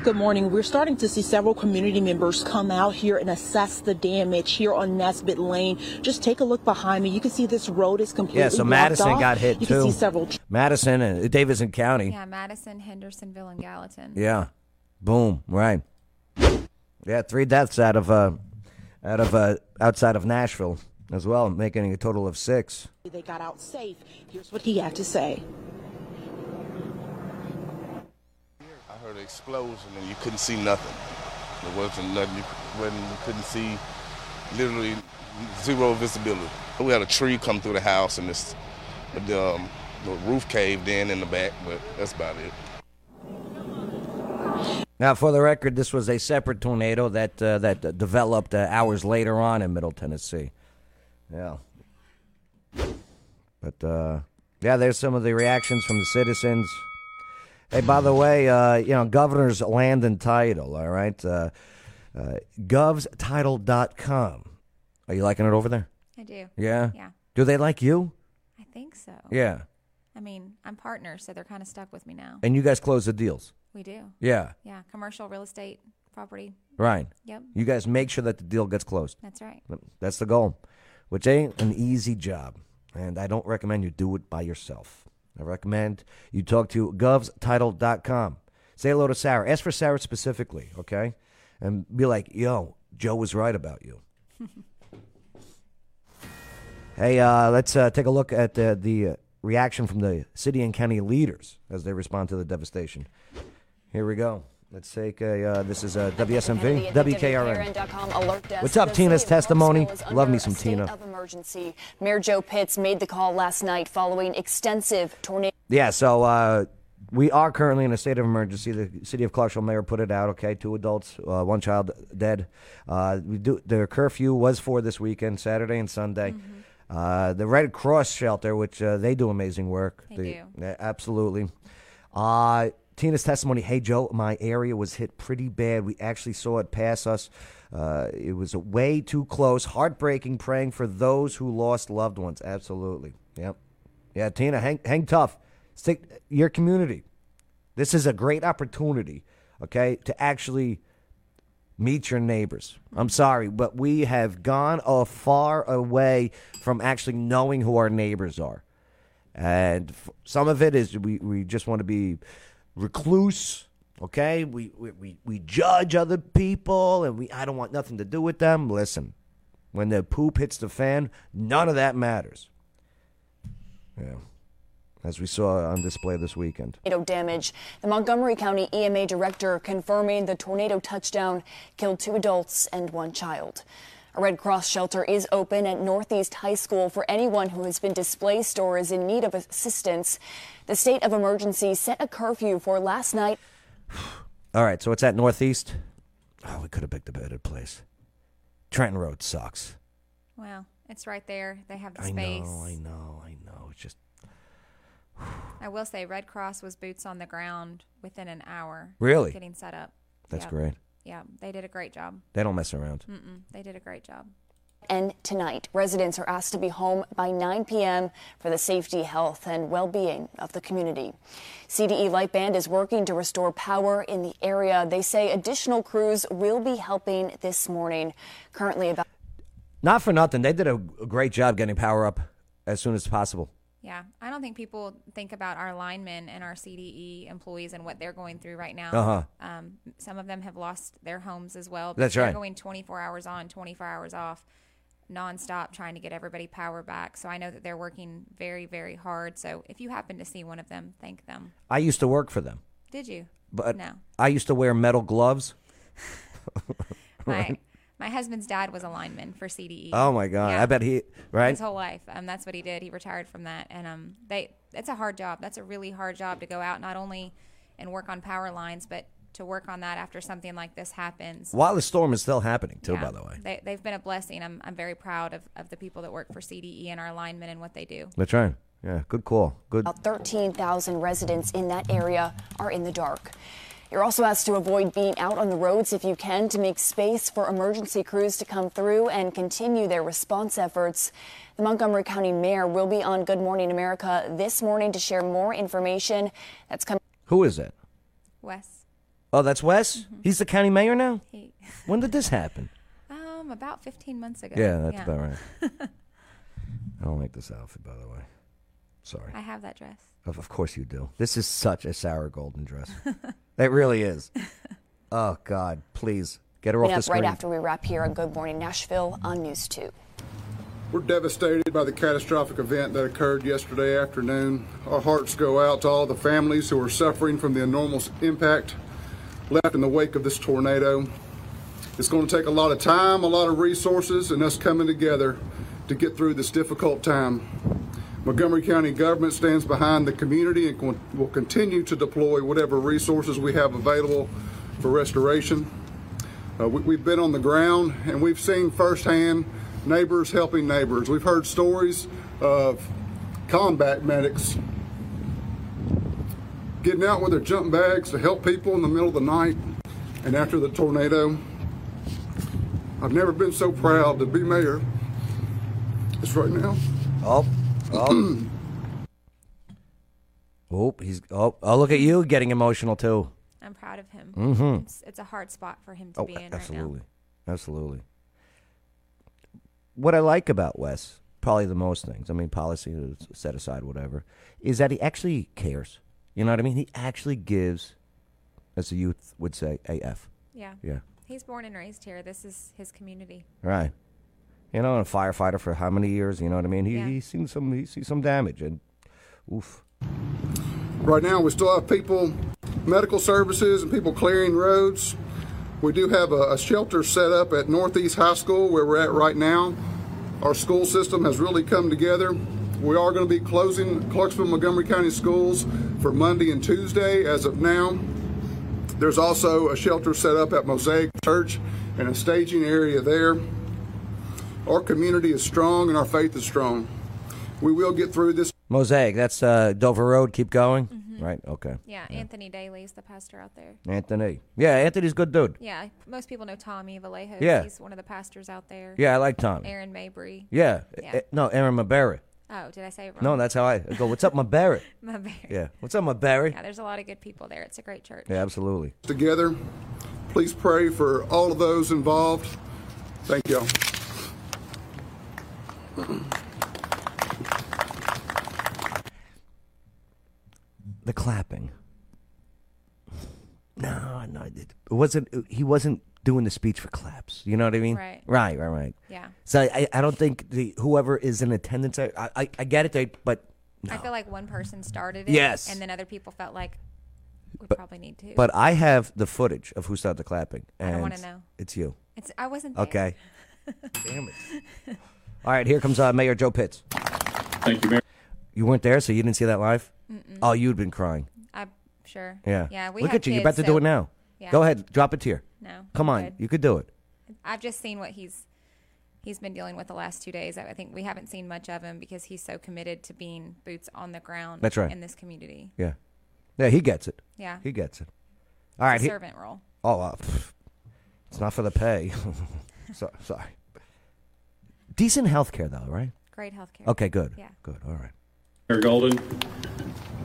Good morning. We're starting to see several community members come out here and assess the damage here on Nesbitt Lane. Just take a look behind me. You can see this road is completely
Yeah. So
blocked
Madison
off.
got hit
you
too.
can see several
Madison and Davidson County.
Yeah, Madison, Hendersonville, and Gallatin.
Yeah. Boom. Right. Yeah. Three deaths out of uh, out of uh, outside of Nashville as well, making a total of six.
They got out safe. Here's what he had to say.
I heard an explosion and you couldn't see nothing. There wasn't nothing. You, when you couldn't see, literally zero visibility. We had a tree come through the house and this, the, um, the roof caved in in the back, but that's about it.
Now, for the record, this was a separate tornado that uh, that uh, developed uh, hours later on in Middle Tennessee. Yeah, but uh, yeah, there's some of the reactions from the citizens. Hey, by the way, uh, you know, governor's land and title. All right, uh, uh, govstitle.com. Are you liking it over there?
I do.
Yeah.
Yeah.
Do they like you?
I think so.
Yeah.
I mean, I'm partner, so they're kind of stuck with me now.
And you guys close the deals.
We do.
Yeah.
Yeah. Commercial real estate property.
Right.
Yep.
You guys make sure that the deal gets closed.
That's right.
That's the goal, which ain't an easy job. And I don't recommend you do it by yourself. I recommend you talk to govstitle.com. Say hello to Sarah. Ask for Sarah specifically, okay? And be like, yo, Joe was right about you. Hey, uh, let's uh, take a look at uh, the uh, reaction from the city and county leaders as they respond to the devastation. Here we go. Let's take a. Uh, this is uh, WSMV, WKRN. What's up, Tina's testimony? Love me some Tina.
Of emergency. Mayor Joe Pitts made the call last night following extensive tornado.
Yeah, so uh, we are currently in a state of emergency. The city of Clarksville mayor put it out. Okay, two adults, uh, one child dead. Uh, we do, the curfew was for this weekend, Saturday and Sunday. Uh, the Red Cross shelter, which uh, they do amazing work.
They
do. absolutely. Uh, Tina's testimony. Hey Joe, my area was hit pretty bad. We actually saw it pass us. Uh, it was way too close. Heartbreaking. Praying for those who lost loved ones. Absolutely. Yep. Yeah, Tina, hang hang tough. Stick your community. This is a great opportunity, okay, to actually meet your neighbors. I'm sorry, but we have gone a far away from actually knowing who our neighbors are. And f- some of it is we, we just want to be recluse, okay? We, we, we, we judge other people and we I don't want nothing to do with them. Listen, when the poop hits the fan, none of that matters. Yeah. As we saw on display this weekend.
tornado damage. The Montgomery County EMA director confirming the tornado touchdown killed two adults and one child. A Red Cross shelter is open at Northeast High School for anyone who has been displaced or is in need of assistance. The state of emergency set a curfew for last night.
All right, so it's at Northeast. Oh, we could have picked a better place. Trenton Road sucks.
Well, it's right there. They have the
I
space.
know, I know, I know. It's just
I will say Red Cross was boots on the ground within an hour. of
Really?
Getting set up.
That's
Yep.
great.
Yeah, they did a great job.
They don't mess around.
Mm-mm, they did a great job.
And tonight, residents are asked to be home by 9 p.m. for the safety, health, and well being of the community. CDE Light Band is working to restore power in the area. They say additional crews will be helping this morning. Currently, about
Not for nothing. They did a a great job getting power up as soon as possible.
Yeah, I don't think people think about our linemen and our CDE employees and what they're going through right now.
Uh-huh.
Um, some of them have lost their homes as well.
That's
they're
right.
Going 24 hours on, 24 hours off, nonstop, trying to get everybody power back. So I know that they're working very, very hard. So if you happen to see one of them, thank them.
I used to work for them,
Did you?
but
no.
I used to wear metal gloves.
My my husband's dad was a lineman for CDE.
Oh my god!
Yeah.
I bet he right.
His whole life. Um, that's what he did. He retired from that, and um, they it's a hard job. That's a really hard job to go out not only and work on power lines, but to work on that after something like this happens.
While the storm is still happening, too.
Yeah.
By the way,
they, they've been a blessing. I'm I'm very proud of, of the people that work for CDE and our linemen and what they do.
that's right. Yeah, good call. Good.
about 13,000 residents in that area are in the dark. You're also asked to avoid being out on the roads if you can to make space for emergency crews to come through and continue their response efforts. The Montgomery County Mayor will be on Good Morning America this morning to share more information that's coming.
Who is that?
Wes,
Oh, that's Wes.
Mm-hmm.
He's the county mayor now. When did this happen?
um, about 15 months ago.
Yeah, that's about right. I don't like this outfit, by the way. Sorry.
I have that dress.
Of, of course you do. This is such a Sarah Golden dress. it really is. Oh God, please get her off
up
the screen.
right after we wrap here on Good Morning Nashville on News 2.
We're devastated by the catastrophic event that occurred yesterday afternoon. Our hearts go out to all the families who are suffering from the enormous impact left in the wake of this tornado. It's going to take a lot of time, a lot of resources, and us coming together to get through this difficult time. Montgomery County government stands behind the community and con- will continue to deploy whatever resources we have available for restoration. Uh, we, we've been on the ground and we've seen firsthand neighbors helping neighbors. We've heard stories of combat medics getting out with their jump bags to help people in the middle of the night and after the tornado. I've never been so proud to be mayor as right now.
Oh, oh. oh, he's oh, oh, look at you getting emotional too.
I'm proud of him.
Mhm.
It's, it's a hard spot for him to be in right
Oh, absolutely, absolutely. What I like about Wes, probably the most things, I mean, policy is set aside, whatever, is that he actually cares. You know what I mean? He actually gives, as the youth would say, AF.
now. Yeah.
Yeah.
He's born and raised here. This is his community.
Right. You know, and a firefighter for how many years? You know what I mean? He,
Yeah.
he's seen some. He sees some damage, and oof.
Right now, we still have people, medical services, and people clearing roads. We do have a, a shelter set up at Northeast High School where we're at right now. Our school system has really come together. We are going to be closing Clarksville Montgomery County schools for Monday and Tuesday as of now. There's also a shelter set up at Mosaic Church and a staging area there. Our community is strong and our faith is strong. We will get through this.
Mosaic. That's uh, Dover Road. Keep going.
Mm-hmm.
Right. Okay.
Yeah. Anthony Daly is the pastor out there.
Anthony. Yeah, Anthony's a good dude.
Yeah. Most people know Tommy Vallejo.
Yeah.
He's one of the pastors out there.
Yeah, I like Tommy.
Aaron Mabry.
Yeah.
Yeah.
Eh, no, Aaron Maberry.
Oh, did I say it wrong?
No, that's how I go. What's up, Maberry?
Maberry.
Yeah. What's up, Maberry?
Yeah, there's a lot of good people there. It's a great church.
Yeah, absolutely.
together. Please pray for all of those involved. Thank y'all.
The clapping. No, no, it wasn't. He wasn't doing the speech for claps. You know what I mean?
Right.
Right. Right. Right.
Yeah.
So I, I don't think the whoever is in attendance. I, I, I get it. They, but
I feel like one person started it.
Yes.
And then other people felt like we probably need to.
But I have the footage of who started the clapping.
don't
And
wanna know.
It's you.
It's- I wasn't there.
Okay. Damn it. All right, here comes uh, Mayor Joe Pitts. Thank you, Mayor. You weren't there, so you didn't see that live?
Mm-mm.
Oh, you'd been crying.
I'm sure.
Yeah.
Yeah. We
Look
have
at you. You're
kids,
about to
so-
do it now.
Yeah.
Go ahead. Drop a tear.
No,
Come
I'm
on.
good.
You could do it.
I've just seen what he's he's been dealing with the last two days. I I think we haven't seen much of him because he's so committed to being boots on the ground.
That's right.
In this community.
Yeah. Yeah, he gets it.
Yeah.
He gets it. All right.
It's a
he-
servant role.
Oh, uh, pff, it's not for the pay. so, sorry. Decent health care, though, right?
Great healthcare.
Okay, good.
Yeah.
Good. All right.
Mayor Golden.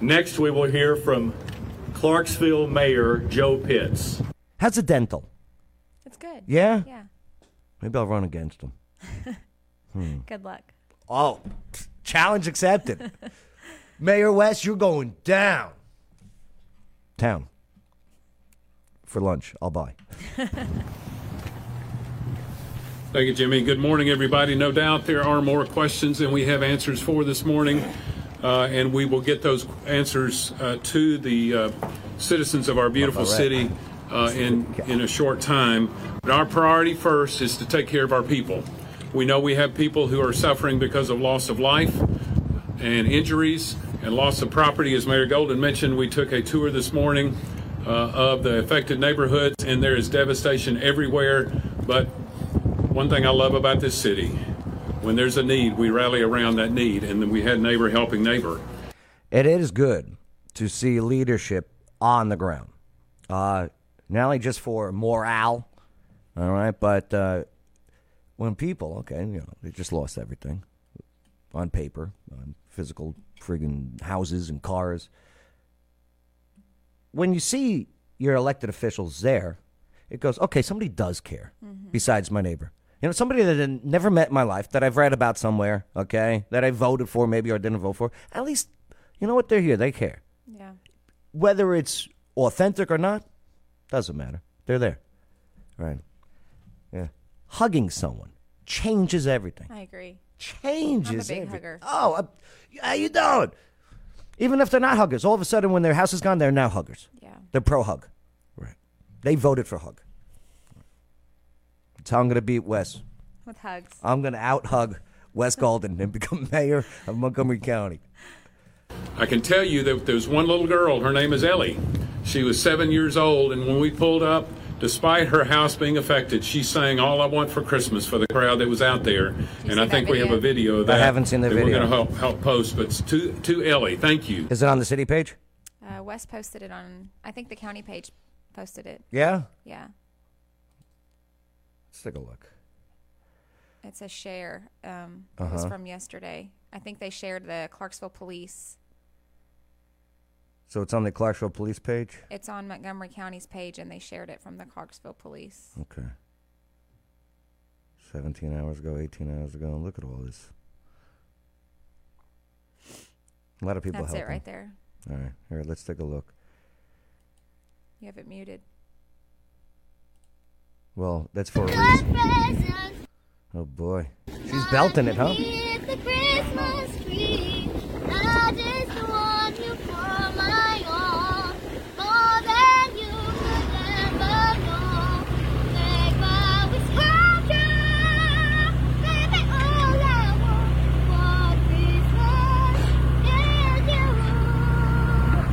Next, we will hear from Clarksville Mayor Joe Pitts.
How's the dental?
It's good.
Yeah?
Yeah.
Maybe I'll run against him. Hmm.
Good luck.
Oh, challenge accepted. Mayor West, you're going down. Town. For lunch, I'll buy.
Thank you, Jimmy. Good morning, everybody. No doubt there are more questions than we have answers for this morning, uh, and we will get those answers uh, to the uh, citizens of our beautiful
Alright.
city uh, in in a short time. But our priority first is to take care of our people. We know we have people who are suffering because of loss of life and injuries and loss of property. As Mayor Golden mentioned, we took a tour this morning uh, of the affected neighborhoods, and there is devastation everywhere. But one thing I love about this city, when there's a need, we rally around that need, and then we had neighbor helping neighbor.
It is good to see leadership on the ground. Uh, not only just for morale, all right, but uh, when people, okay, you know, they just lost everything on paper, on physical friggin' houses and cars. When you see your elected officials there, it goes, okay, somebody does care besides my neighbor. You know, somebody that I never met in my life, that I've read about somewhere, okay, that I voted for maybe or didn't vote for, at least, you know what, they're here, they care.
Yeah.
Whether it's authentic or not, doesn't matter. They're there. Right. Yeah. Hugging someone changes everything.
I agree.
changes.
big
every-
hugger.
Oh, uh, how you doing? Even if they're not huggers, all of a sudden when their house is gone, they're now huggers.
Yeah.
They're pro hug. Right. They voted for hug. That's how I'm going to beat Wes.
with hugs.
I'm going to out hug Wes Golden and become mayor of Montgomery County.
I can tell you that there was one little girl, her name is Ellie. She was seven years old, and when we pulled up, despite her house being affected, she sang All I Want for Christmas for the crowd that was out there. And I think we have a video of
I
that.
haven't seen the
that
video.
We're going to help, help post, but it's to, to Ellie. Thank you.
Is it on the city page?
Uh, Wes posted it on. I think the county page posted it.
Yeah?
Yeah.
Let's take a look.
It's a share. Um, It was
Uh-huh.
from yesterday. I think they shared the Clarksville Police.
So it's on the Clarksville Police page?
It's on Montgomery County's page, and they shared it from the Clarksville Police.
Okay. 17 hours ago, 18 hours ago. Look at all this. A lot of people
That's it
helping.
right there.
All right. Here, let's take a look.
You have it muted.
Well, that's for a reason. Oh, boy. She's belting it, huh?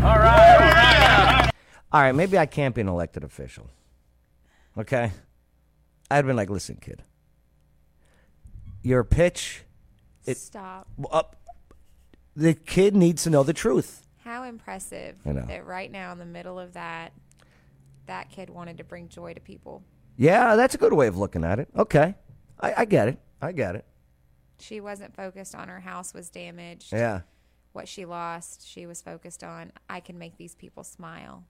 All right.
All right, maybe I can't be an elected official. Okay? I'd been like, listen, kid. Your pitch.
Stop.
Up, the kid needs to know the truth.
How impressive
I know.
that right now in the middle of that, that kid wanted to bring joy to people.
Yeah, that's a good way of looking at it. Okay. I, I get it. I get it.
She wasn't focused on her house was damaged.
Yeah.
What she lost, she was focused on. I can make these people smile.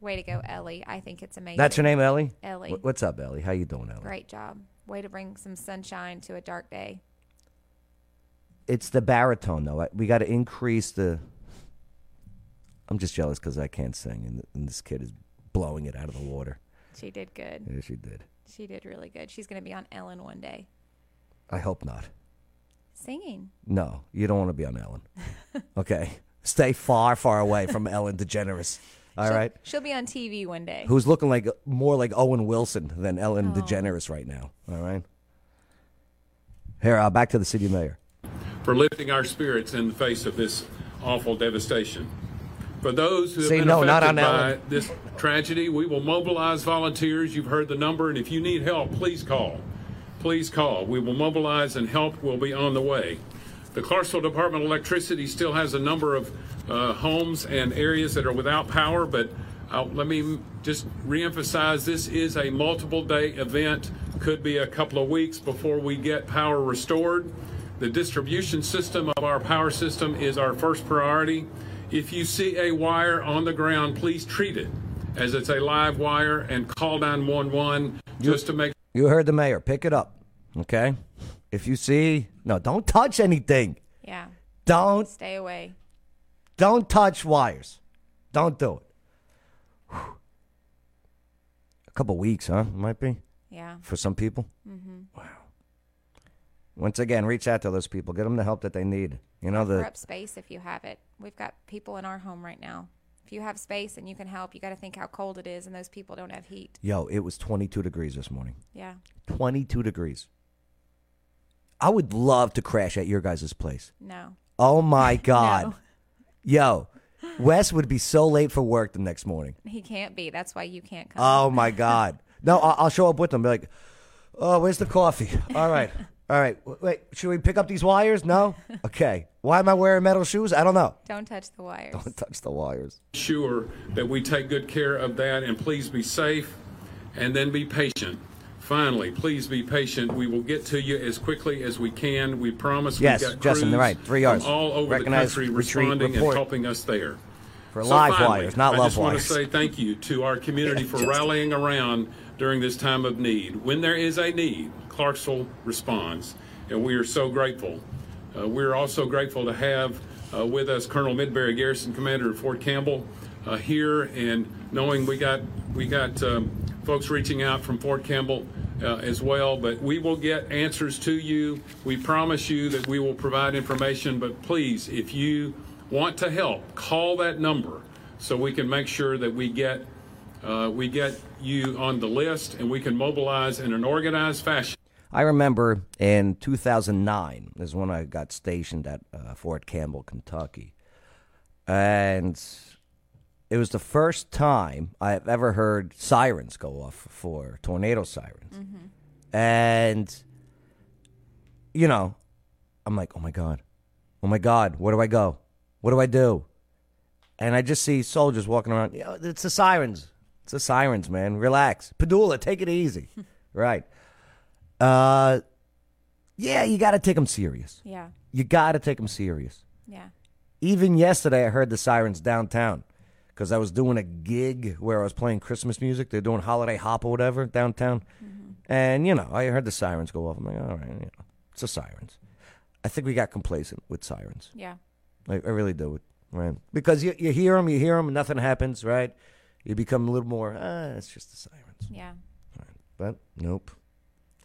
Way to go, Ellie. I think it's amazing.
That's her name, Ellie?
Ellie.
Wh- What's up, Ellie? How you doing, Ellie?
Great job. Way to bring some sunshine to a dark day.
It's the baritone, though. I- We got to increase the. I'm just jealous because I can't sing, and, and this kid is blowing it out of the water.
She did good.
Yeah, she did.
She did really good. She's going to be on Ellen one day
I hope not.
singing.
No, you don't want to be on Ellen. okay, stay far, far away from Ellen DeGeneres. All
she'll,
right,
She'll be Oh. on TV one day.
who's looking like more like Owen Wilson than Ellen DeGeneres right now? All right. Here, uh, back to the city mayor.
for lifting our spirits in the face of this awful devastation. For those who have
See,
been
no, not
affected
on that
by
one.
this tragedy, we will mobilize volunteers. You've heard the number, and if you need help, please call. Please call. We will mobilize, and help will be on the way. The Clarksville Department of Electricity still has a number of uh, homes and areas that are without power, but uh, let me just reemphasize this is a multiple day event, could be a couple of weeks before we get power restored. The distribution system of our power system is our first priority. If you see a wire on the ground, please treat it as it's a live wire and call 911 just to make
You heard the mayor. Pick it up. Okay. If you see, no, don't touch anything.
Yeah.
Don't
Stay away.
Don't touch wires. Don't do it. Whew. A couple weeks, huh? Might be.
Yeah.
For some people.
Mhm.
Wow. Once again, reach out to those people. Get them the help that they need. You know
Offer
the
up space if you have it. We've got people in our home right now. If you have space and you can help, you got to think how cold it is, and those people don't have heat.
yo. It was 22 degrees this morning.
Yeah.
22 degrees. I would love to crash at your guys' place.
No.
Oh my god. Yo, Wes would be so late for work the next morning.
He can't be. That's why you can't come.
Oh my God! No, I- I'll show up with them. Be like, oh, where's the coffee? All right, all right. W- Wait, should we pick up these wires? No. Okay. Why am I wearing metal shoes? I don't know.
Don't touch the wires.
Don't touch the wires.
sure that we take good care of that and please be safe and then be patient. Finally, please be patient. We will get to you as quickly as we can. We promise
Yes,
we've got
Justin,
crews
right, three Rs.
from all over
Recognize,
the country
retreat,
responding
report.
and helping us there.
For
so
live
finally,
wires, not
I
love
just want to
wires.
say thank you to our community for rallying around during this time of need. When there is a need, Clarksville responds, and we are so grateful. Uh, we're also grateful to have uh, with us Colonel Midbury Garrison, Commander of Fort Campbell, uh, here, and knowing we got we got um, folks reaching out from Fort Campbell uh, as well. But we will get answers to you. We promise you that we will provide information. But please, if you want to help, call that number so we can make sure that we get uh, we get you on the list and we can mobilize in an organized fashion.
I remember in 2009 is when I got stationed at uh, Fort Campbell, Kentucky. And it was the first time I've ever heard sirens go off for tornado sirens. And, you know, I'm like, oh my God. Oh my God. Where do I go? What do I do? And I just see soldiers walking around. "Yeah, It's the sirens. It's the sirens, man. Relax. Padula, take it easy. right. Uh, yeah, you got to take them serious.
Yeah.
You got to take them serious.
Yeah.
Even yesterday, I heard the sirens downtown because I was doing a gig where I was playing Christmas music. They're doing Holiday Hop or whatever downtown. And, you know, I heard the sirens go off. I'm like, all right, you know, it's the sirens. I think we got complacent with sirens.
Yeah.
I, I really do. Right. Because you, you hear them, you hear them, nothing happens, right? You become a little more, ah, it's just the sirens.
Yeah.
But nope.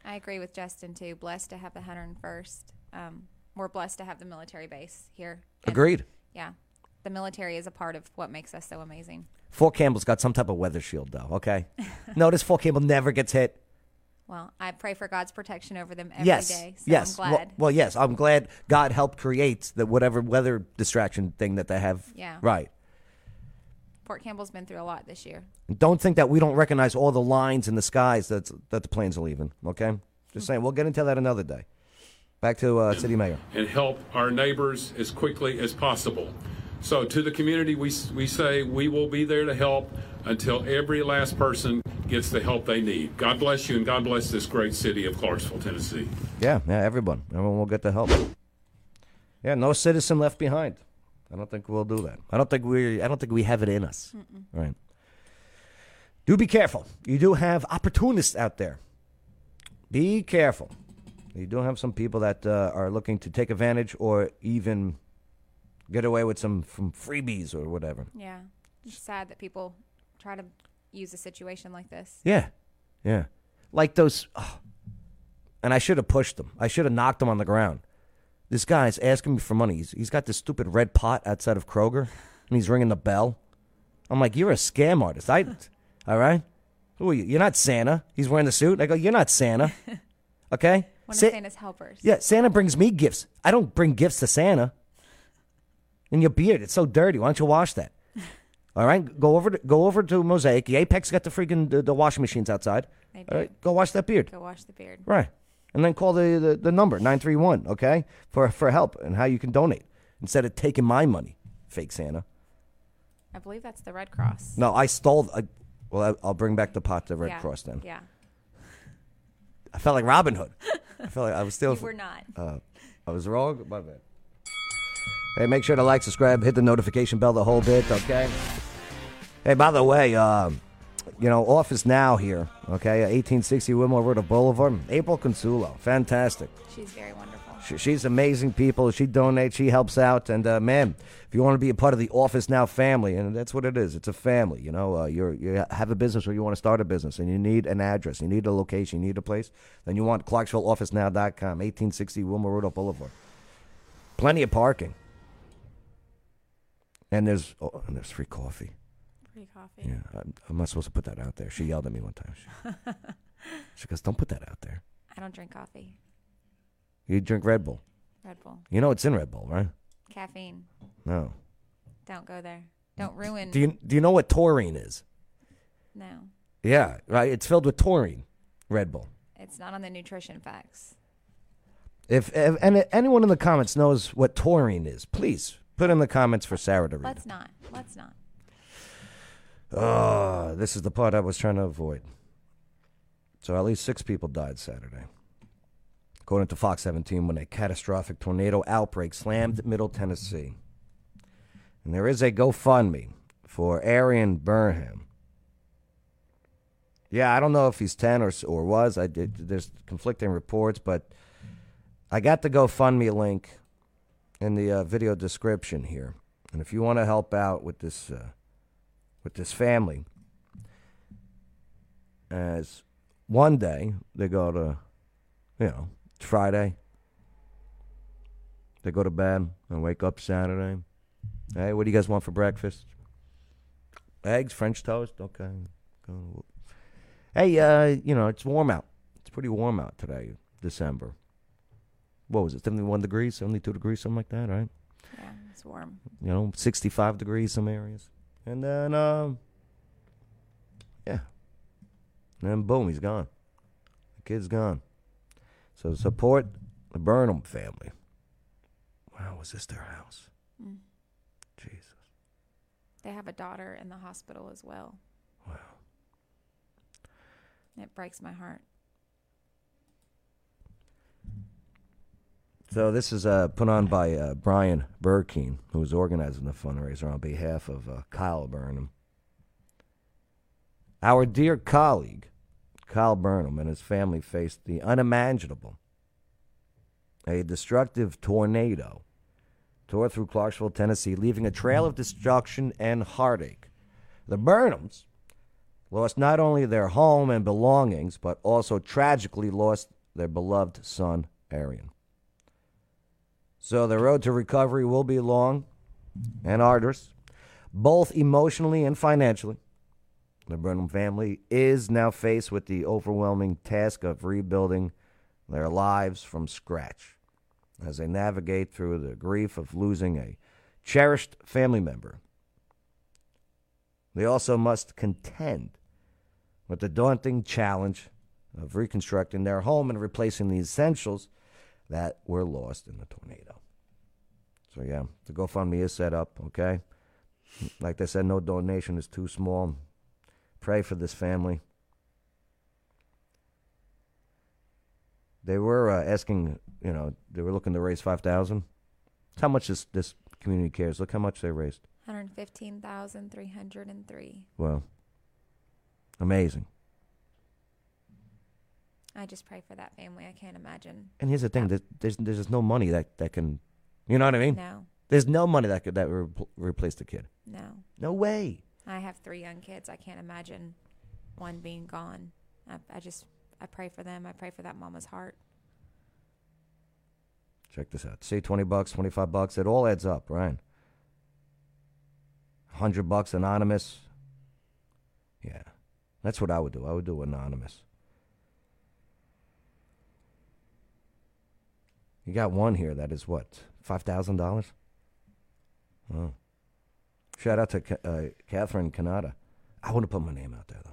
I agree with Justin too. Blessed to have the 101st. Um, we're blessed to have the military base here. And,
Agreed.
Yeah. The military is a part of what makes us so amazing.
Fort Campbell's got some type of weather shield, though, okay? Notice Fort Campbell never gets hit.
Well, I pray for God's protection over them every day.
yes.
So
yes.
I'm
Well,
glad.
well, yes, I'm glad God helped create the whatever weather distraction thing that they have.
Yeah.
Right.
Fort Campbell's been through a lot this year.
And don't think that we don't recognize all the lines in the skies that's, that the planes are leaving, okay?
Hmm.
Just saying. We'll get into that another day. Back to uh, City Mayor.
and help our neighbors as quickly as possible. So, to the community, we, we say we will be there to help until every last person gets the help they need. God bless you, and God bless this great city of Clarksville, Tennessee.
Yeah, yeah, everyone. Everyone will get the help. Yeah, no citizen left behind. I don't think we'll do that. I don't think we I don't think we have it in us.
Mm-mm.
Right. Do be careful. You do have opportunists out there. Be careful. You do have some people that uh, are looking to take advantage or even get away with some from freebies or whatever.
Yeah. It's sad that people try to use a situation like this.
Yeah. Yeah. Like those. oh. And I should have pushed him. I should have knocked him on the ground. This guy's asking me for money. He's, he's got this stupid red pot outside of Kroger and he's ringing the bell. I'm like, you're a scam artist. I, all right? Who are you? You're not Santa. He's wearing the suit. I go, you're not Santa. Okay?
One
Sa-
of Santa's helpers.
yeah, Santa brings me gifts. I don't bring gifts to Santa. And your beard, it's so dirty. Why don't you wash that? All right, go over to go over to Mosaic. The Apex got the freaking the, the washing machines outside.
They do.
All right, go wash that beard.
Go wash the beard.
Right, and then call the the, the number nine three one. Okay, for for help and how you can donate instead of taking my money, fake Santa.
I believe that's the Red Cross.
No, I stole. I, well, I, I'll bring back the pot to Red
Yeah.
Cross then.
Yeah.
I felt like Robin Hood. I felt like I was still.
You were not.
Uh, I was wrong. My bad. Hey, make sure to like, subscribe, hit the notification bell the whole bit, okay? Hey, by the way, um, you know, Office Now here, okay? 1860 Wilmore Road of Boulevard. April Consulo, fantastic.
She's very wonderful.
She, she's amazing people. She donates. She helps out. And uh, man, if you want to be a part of the Office Now family, and that's what it is. It's a family. You know, uh, you're you have a business or you want to start a business, and you need an address, you need a location, you need a place. Then you want ClarksvilleOfficeNow.com, 1860 Wilmer Rudolph Boulevard. Plenty of parking. And there's oh, and there's free coffee.
Free coffee.
Yeah, I'm, I'm not supposed to put that out there. She yelled at me one time. She, she goes, "Don't put that out there.
I don't drink coffee.
You drink Red Bull.
Red Bull.
You know it's in Red Bull, right?
Caffeine.
No."
Don't go there. Don't ruin.
Mm. Do you do you know what taurine is?
no,
Yeah, right. It's filled with taurine. Red Bull.
it's not on the nutrition facts.
If, if and anyone in the comments knows what taurine is, please put in the comments for Sarah to read.
Let's not. Let's not.
Oh, this is the part I was trying to avoid. So at least six people died Saturday, according to Fox 17, when a catastrophic tornado outbreak slammed Middle Tennessee. And there is a GoFundMe for Arian Burnham. Yeah, I don't know if he's 10 or, s- or was. I did, there's conflicting reports, but I got the GoFundMe link in the uh, video description here. And if you want to help out with this, uh, with this family, as One day they go to, you know, it's Friday. They go to bed and wake up Saturday. Hey, what do you guys want for breakfast? Eggs, French toast. Okay. Go. Hey, uh, you know, it's warm out. It's pretty warm out today, December. What was it? 71 degrees, 72 degrees, something like that, right?
Yeah, it's warm.
You know, 65 degrees some areas. And then, um, yeah. And then boom, he's gone. The kid's gone. So support the Burnham family. Wow, was this their house?
Mm.
Jesus.
They have a daughter in the hospital as well.
Wow.
It breaks my heart.
So this is uh, put on by uh, Brian Burkeen, who is organizing the fundraiser on behalf of uh, Kyle Burnham. Our dear colleague, Kyle Burnham, and his family faced the unimaginable. A destructive tornado tore through Clarksville, Tennessee, leaving a trail of destruction and heartache. The Burnhams lost not only their home and belongings, but also tragically lost their beloved son, Arian. So the road to recovery will be long and arduous, both emotionally and financially. The Burnham family is now faced with the overwhelming task of rebuilding their lives from scratch as they navigate through the grief of losing a cherished family member. They also must contend with the daunting challenge of reconstructing their home and replacing the essentials that were lost in the tornado. So, yeah, the GoFundMe is set up, okay? Like they said, no donation is too small. Pray for this family. They were uh, asking, you know, they were looking to raise 5000 That's how much this, this community cares. Look how much they raised.
115,303.
Wow. Amazing.
I just pray for that family. I can't imagine.
And here's the thing: there's there's, there's just no money that, that can, you know what I mean?
No.
There's no money that could that would repl- replace the kid.
No.
No way.
I have three young kids. I can't imagine one being gone. I, I just, I pray for them. I pray for that mama's heart.
Check this out. Say twenty bucks, twenty five bucks. It all adds up, Ryan. Hundred bucks anonymous. Yeah, that's what I would do. I would do anonymous. You got one here that is what five thousand dollars. Oh, shout out to Ca- uh, Catherine Canada. I want to put my name out there though.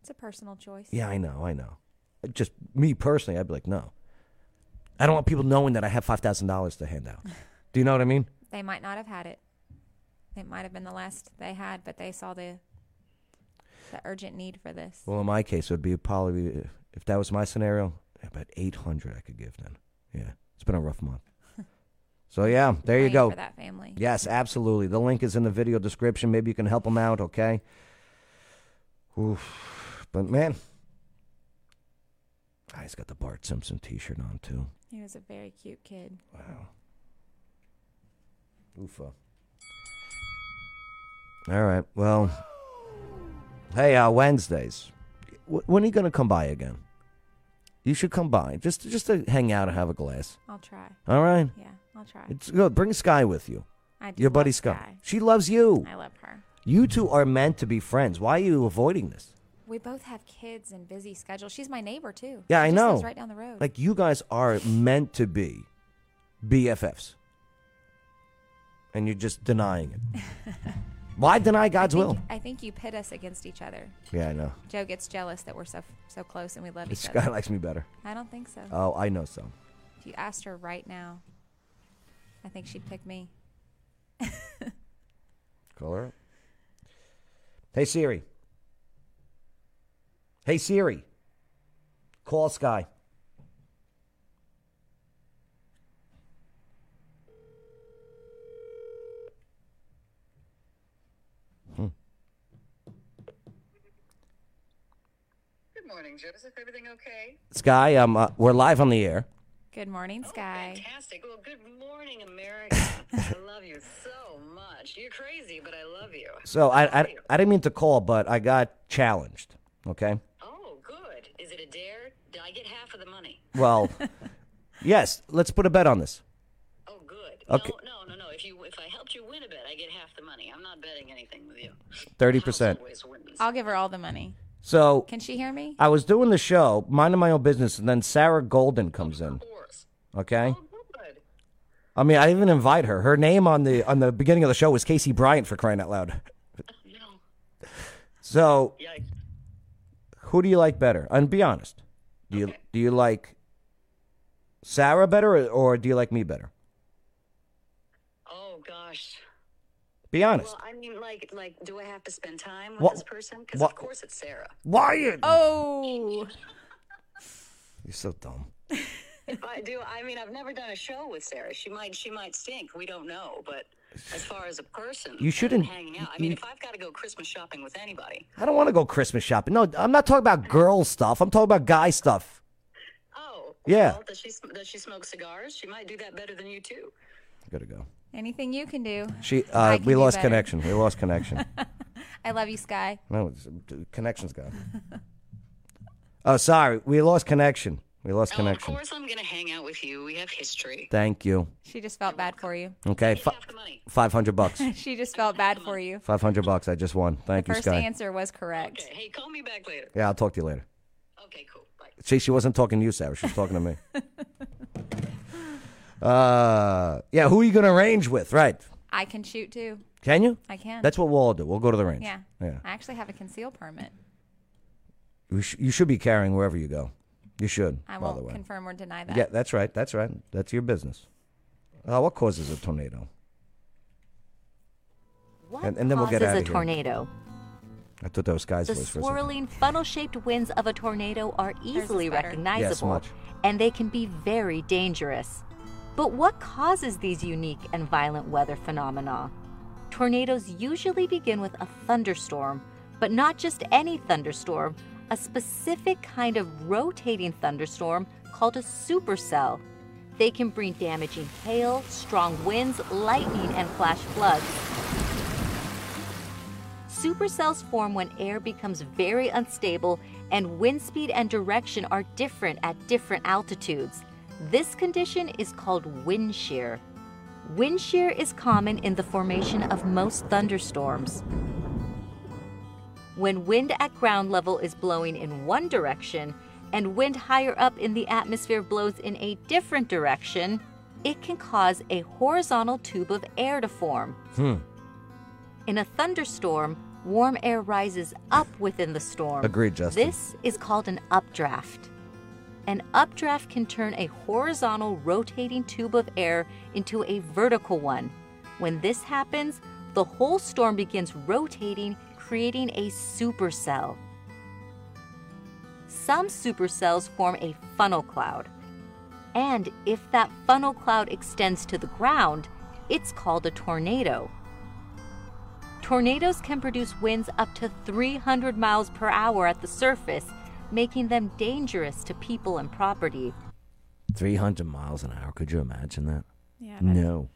It's a personal choice.
Yeah, I know, I know. Just me personally, I'd be like, no. I don't want people knowing that I have five thousand dollars to hand out. Do you know what I mean?
They might not have had it. It might have been the last they had, but they saw the the urgent need for this.
Well, in my case, it would be probably if that was my scenario, about eight hundred I could give then. Yeah, it's been a rough month. So yeah, there you
Praying
go.
for that family.
Yes, absolutely. The link is in the video description. Maybe you can help them out. Okay. Oof. But man, ah, he's got the Bart Simpson T-shirt on too.
He was a very cute kid.
Wow. Oofa. All right. Well, hey, uh, Wednesdays. W- when are you gonna come by again? You should come by just just to hang out and have a glass.
I'll try.
All right.
Yeah, I'll try.
It's good. Bring Sky with you.
I do
Your
love
buddy Sky. She loves you.
I love her.
You two are meant to be friends. Why are you avoiding this?
We both have kids and busy schedules. She's my neighbor too.
Yeah, I
She just
know.
lives right down the road.
Like you guys are meant to be BFFs, and you're just denying it. Why deny God's
I think-
will?
I think you pit us against each other.
Yeah, I know.
Joe gets jealous that we're so so close and we love each
Sky
other.
likes me better.
I don't think so.
Oh, I know so.
If you asked her right now, I think she'd pick me.
Call her up. Hey Siri. Hey Siri. Call Sky. Hmm.
Good morning, Joseph. Everything okay?
Sky, um, uh, we're live on the air.
Good morning, Sky.
Oh, Fantastic. Well, good morning, America. I love you so much. You're crazy, but I love you.
So I, I, I didn't mean to call, but I got challenged. Okay.
Oh, a dare? Did I get half of the money?
Well, yes. Let's put a bet on this.
Oh, good.
Okay.
No, no, no, no. If you if I helped you win a bet, I get half the money. I'm not betting anything with you.
30%.
I'll give her all the money.
So
Can she hear me?
I was doing the show, minding my own business, and then Sarah Golden comes in. Okay.
Oh,
I mean, I even invite her. Her name on the on the beginning of the show was Casey Bryant for crying out loud. So, who do you like better? And be honest. Do you do you like Sarah better, or, or do you like me better?
Oh gosh.
Be honest.
Well, I mean, like, like, do I have to spend time with
What-
this person? Because
what-
of course it's Sarah.
Why you-
Oh.
You're so dumb.
if I do, I mean, I've never done a show with Sarah. She might, she might stink. We don't know. But as far as a person,
You shouldn't-
hang out. I mean,
you-
if I've got to go Christmas shopping with anybody,
I don't want to go Christmas shopping. No, I'm not talking about girl stuff. I'm talking about guy stuff.
oh,
Yeah.
well, does she sm- does she smoke cigars? She might do that better than you too.
Gotta go.
Anything you can do.
She.
I
Uh,
can
we
do
lost
better.
connection. We lost connection.
I love you, Sky.
no, it's, connection's gone. Oh, sorry. We lost connection. We lost
Oh,
connection.
Of course, I'm gonna hang out with you. We have history.
Thank you.
She just felt bad for you.
Okay. Fi- Five hundred bucks.
she just felt bad for you.
Five hundred bucks. I just won. Thank you,
First
Sky.
answer was correct. Okay,
hey, call me back later.
Yeah, I'll talk to you later. Okay, cool. See, she wasn't talking to you, Sarah. She was talking to me. uh, yeah. Who are you gonna range with? Right?
I can shoot too.
Can you?
I can.
That's what we'll all do. We'll go to the range.
Yeah.
Yeah.
I actually have a conceal permit.
You, sh- you should be carrying wherever you go. You should.
I
by the
won't
way.
confirm or deny that.
Yeah, that's right. That's right. That's your business. Uh, what causes a tornado?
What
And, and then we'll get
causes
out
a
of here.
tornado?
I thought that was Sky's
The
voice for a second.
swirling, funnel shaped winds of a tornado are easily
better. Yes,
recognizable,
much.
and they can be very dangerous. But what causes these unique and violent weather phenomena? Tornadoes usually begin with a thunderstorm, but not just any thunderstorm, a specific kind of rotating thunderstorm called a supercell. They can bring damaging hail, strong winds, lightning, and flash floods. Supercells form when air becomes very unstable and wind speed and direction are different at different altitudes. This condition is called wind shear. Wind shear is common in the formation of most thunderstorms. When wind at ground level is blowing in one direction and wind higher up in the atmosphere blows in a different direction, it can cause a horizontal tube of air to form.
Hmm.
In a thunderstorm, warm air rises up within the storm.
Agreed, Justin.
This is called an updraft. An updraft can turn a horizontal rotating tube of air into a vertical one. When this happens, the whole storm begins rotating, creating a supercell. Some supercells form a funnel cloud. And if that funnel cloud extends to the ground, it's called a tornado. Tornadoes can produce winds up to 300 miles per hour at the surface, making them dangerous to people and property.
300 miles an hour. Could you imagine that?
Yeah, that's-
No.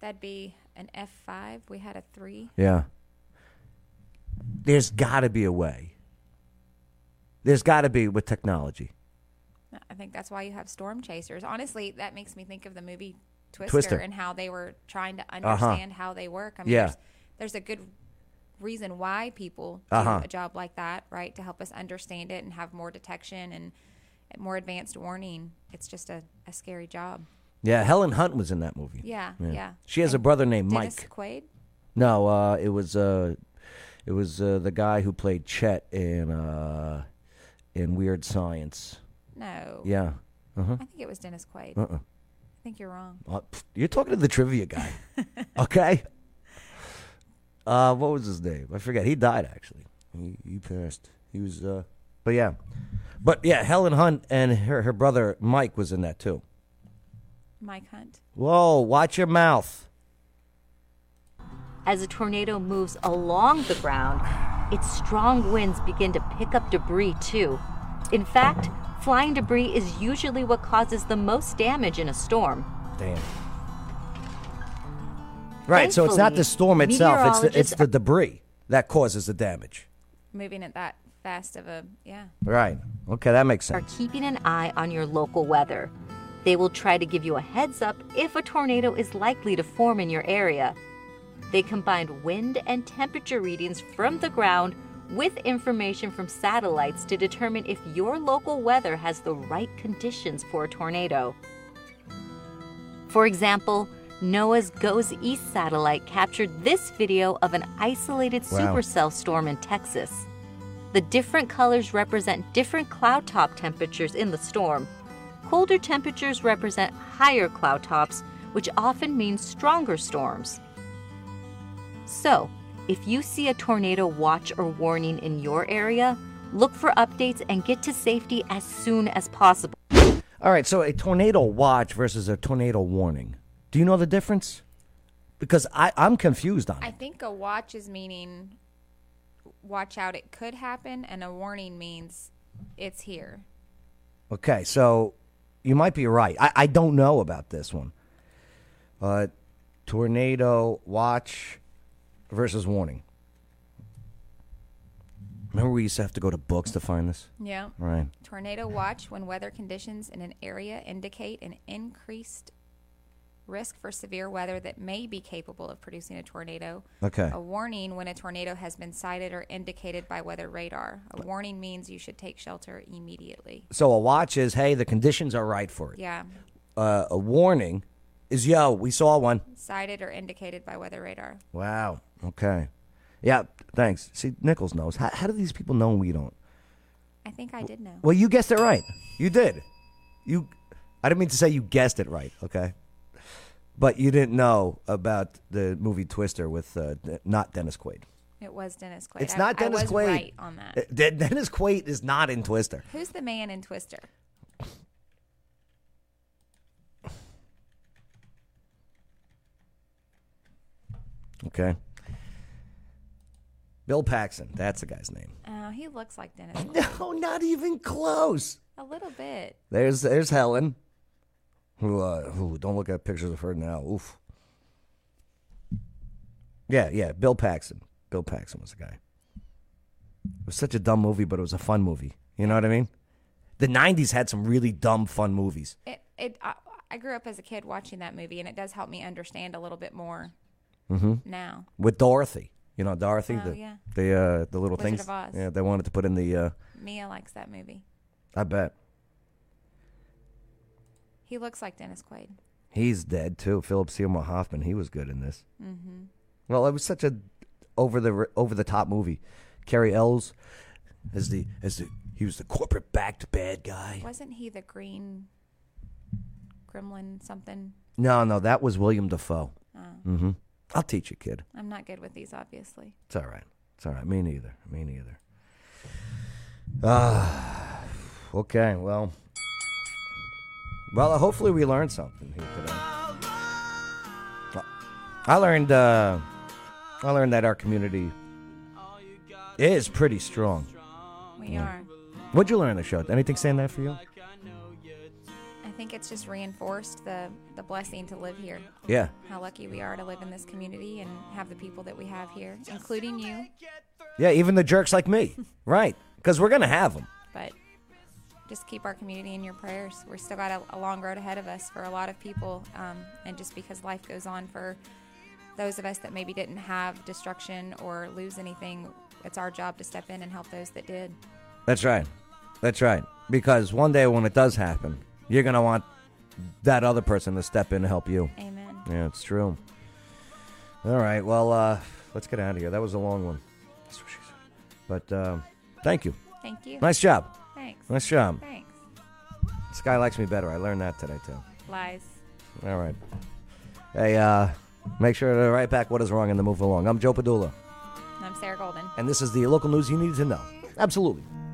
That'd be an F5. We had a 3.
Yeah. There's got to be a way. There's got to be with technology.
I think that's why you have storm chasers. Honestly, that makes me think of the movie Twister,
Twister.
and how they were trying to
Uh-huh.
understand how they work. I mean,
Yeah.
there's, there's a good reason why people do
Uh-huh.
a job like that, right? To help us understand it and have more detection and more advanced warning. It's just a, a scary job.
Yeah, Helen Hunt was in that movie.
Yeah, yeah.
She has a brother named
Dennis
Mike.
Quaid?
No, uh, it was uh, it was uh, the guy who played Chet in uh, in Weird Science.
No.
Yeah. Uh-huh.
I think it was Dennis Quaid.
Uh-uh.
I think you're wrong.
Uh, pff, You're talking to the trivia guy, okay? Uh, what was his name? I forget. He died actually. He, he passed. He was. Uh, but yeah, but yeah, Helen Hunt and her her brother Mike was in that too.
Mike Hunt.
Whoa! Watch your mouth.
As a tornado moves along the ground, its strong winds begin to pick up debris too. In fact, flying debris is usually what causes the most damage in a storm.
Damn. Right. So it's not the storm
Thankfully,
itself. It's the, it's
meteorologists-
the debris that causes the damage.
Moving at that fast of a yeah.
Right. Okay, that makes
are
sense.
keeping an eye on your local weather. They will try to give you a heads up if a tornado is likely to form in your area. They combined wind and temperature readings from the ground with information from satellites to determine if your local weather has the right conditions for a tornado. For example, NOAA's Goes East satellite captured this video of an isolated
Wow.
supercell storm in Texas. The different colors represent different cloud top temperatures in the storm. Colder temperatures represent higher cloud tops, which often means stronger storms. So, if you see a tornado watch or warning in your area, look for updates and get to safety as soon as possible.
All right, so a tornado watch versus a tornado warning. Do you know the difference? Because I, I'm confused on it.
I think a watch is meaning watch out, it could happen, and a warning means it's here.
Okay, so you might be right. I, I don't know about this one. Uh, tornado watch versus warning. Remember, we used to have to go to books to find this?
Yeah.
Right.
Tornado watch when weather conditions in an area indicate an increased risk for severe weather that may be capable of producing a tornado.
Okay.
A warning when a tornado has been sighted or indicated by weather radar. A warning means you should take shelter immediately.
So a watch is, hey, the conditions are right for it.
Yeah.
Uh, a warning is, yo, we saw one.
Sighted or indicated by weather radar.
Wow. Okay. Yeah, thanks. See, Nichols knows. How, how do these people know we don't?
I think I did know.
Well, you guessed it right. You did. You. I didn't mean to say you guessed it right. Okay. But you didn't know about the movie Twister with uh, De- not Dennis Quaid.
It was Dennis Quaid.
It's
I-
not Dennis
I was
Quaid.
right on that.
Uh, De- Dennis Quaid is not in Twister.
Who's the man in Twister?
Okay. Bill Paxton. That's the guy's name.
Oh, he looks like Dennis.
No, not even close.
A little bit.
There's there's Helen. Who uh who don't look at pictures of her now. Oof. Yeah, yeah, Bill Paxton. Bill Paxton was the guy. It was such a dumb movie, but it was a fun movie. You know what I mean? The nineties had some really dumb fun movies.
It. It. I, I grew up as a kid watching that movie, and it does help me understand a little bit more
Mm-hmm.
now.
With Dorothy. You know Dorothy,
Oh,
the
yeah.
the uh the little
Wizard
things.
of Oz.
Yeah, they wanted to put in the uh
Mia likes that movie.
I bet.
He looks like Dennis Quaid.
He's dead too. Philip Seymour Hoffman, he was good in this.
Mm-hmm.
Well, it was such a over the over the top movie. Carrie Ells as the as the he was the corporate backed bad guy.
Wasn't he the green gremlin something?
No, no, that was William Defoe.
Oh.
Mm-hmm. I'll teach you, kid.
I'm not good with these, obviously.
It's all right. It's all right. Me neither. Me neither. Ah, okay. Well, well. Hopefully, we learned something here today. I learned. Uh, I learned that our community is pretty strong.
We
Yeah.
are.
What'd you learn on the show? Anything stand out for you?
I think it's just reinforced the the blessing to live here.
Yeah.
How lucky we are to live in this community and have the people that we have here, including you.
Yeah, even the jerks like me, right? Because we're gonna have them.
But just keep our community in your prayers. We still got a, a long road ahead of us for a lot of people, um, and just because life goes on for those of us that maybe didn't have destruction or lose anything, it's our job to step in and help those that did.
That's right. That's right. Because one day when it does happen, you're gonna want that other person to step in and help you.
Amen.
Yeah, it's true. All right. Well, uh, let's get out of here. That was a long one. That's what she said. But um, thank you.
Thank you.
Nice job.
Thanks.
Nice job.
Thanks.
Sky likes me better. I learned that today too.
Lies.
All right. Hey, uh, make sure to write back what is wrong and then move along. I'm Joe Padula,
I'm Sarah Golden.
and this is the local news you need to know. Absolutely.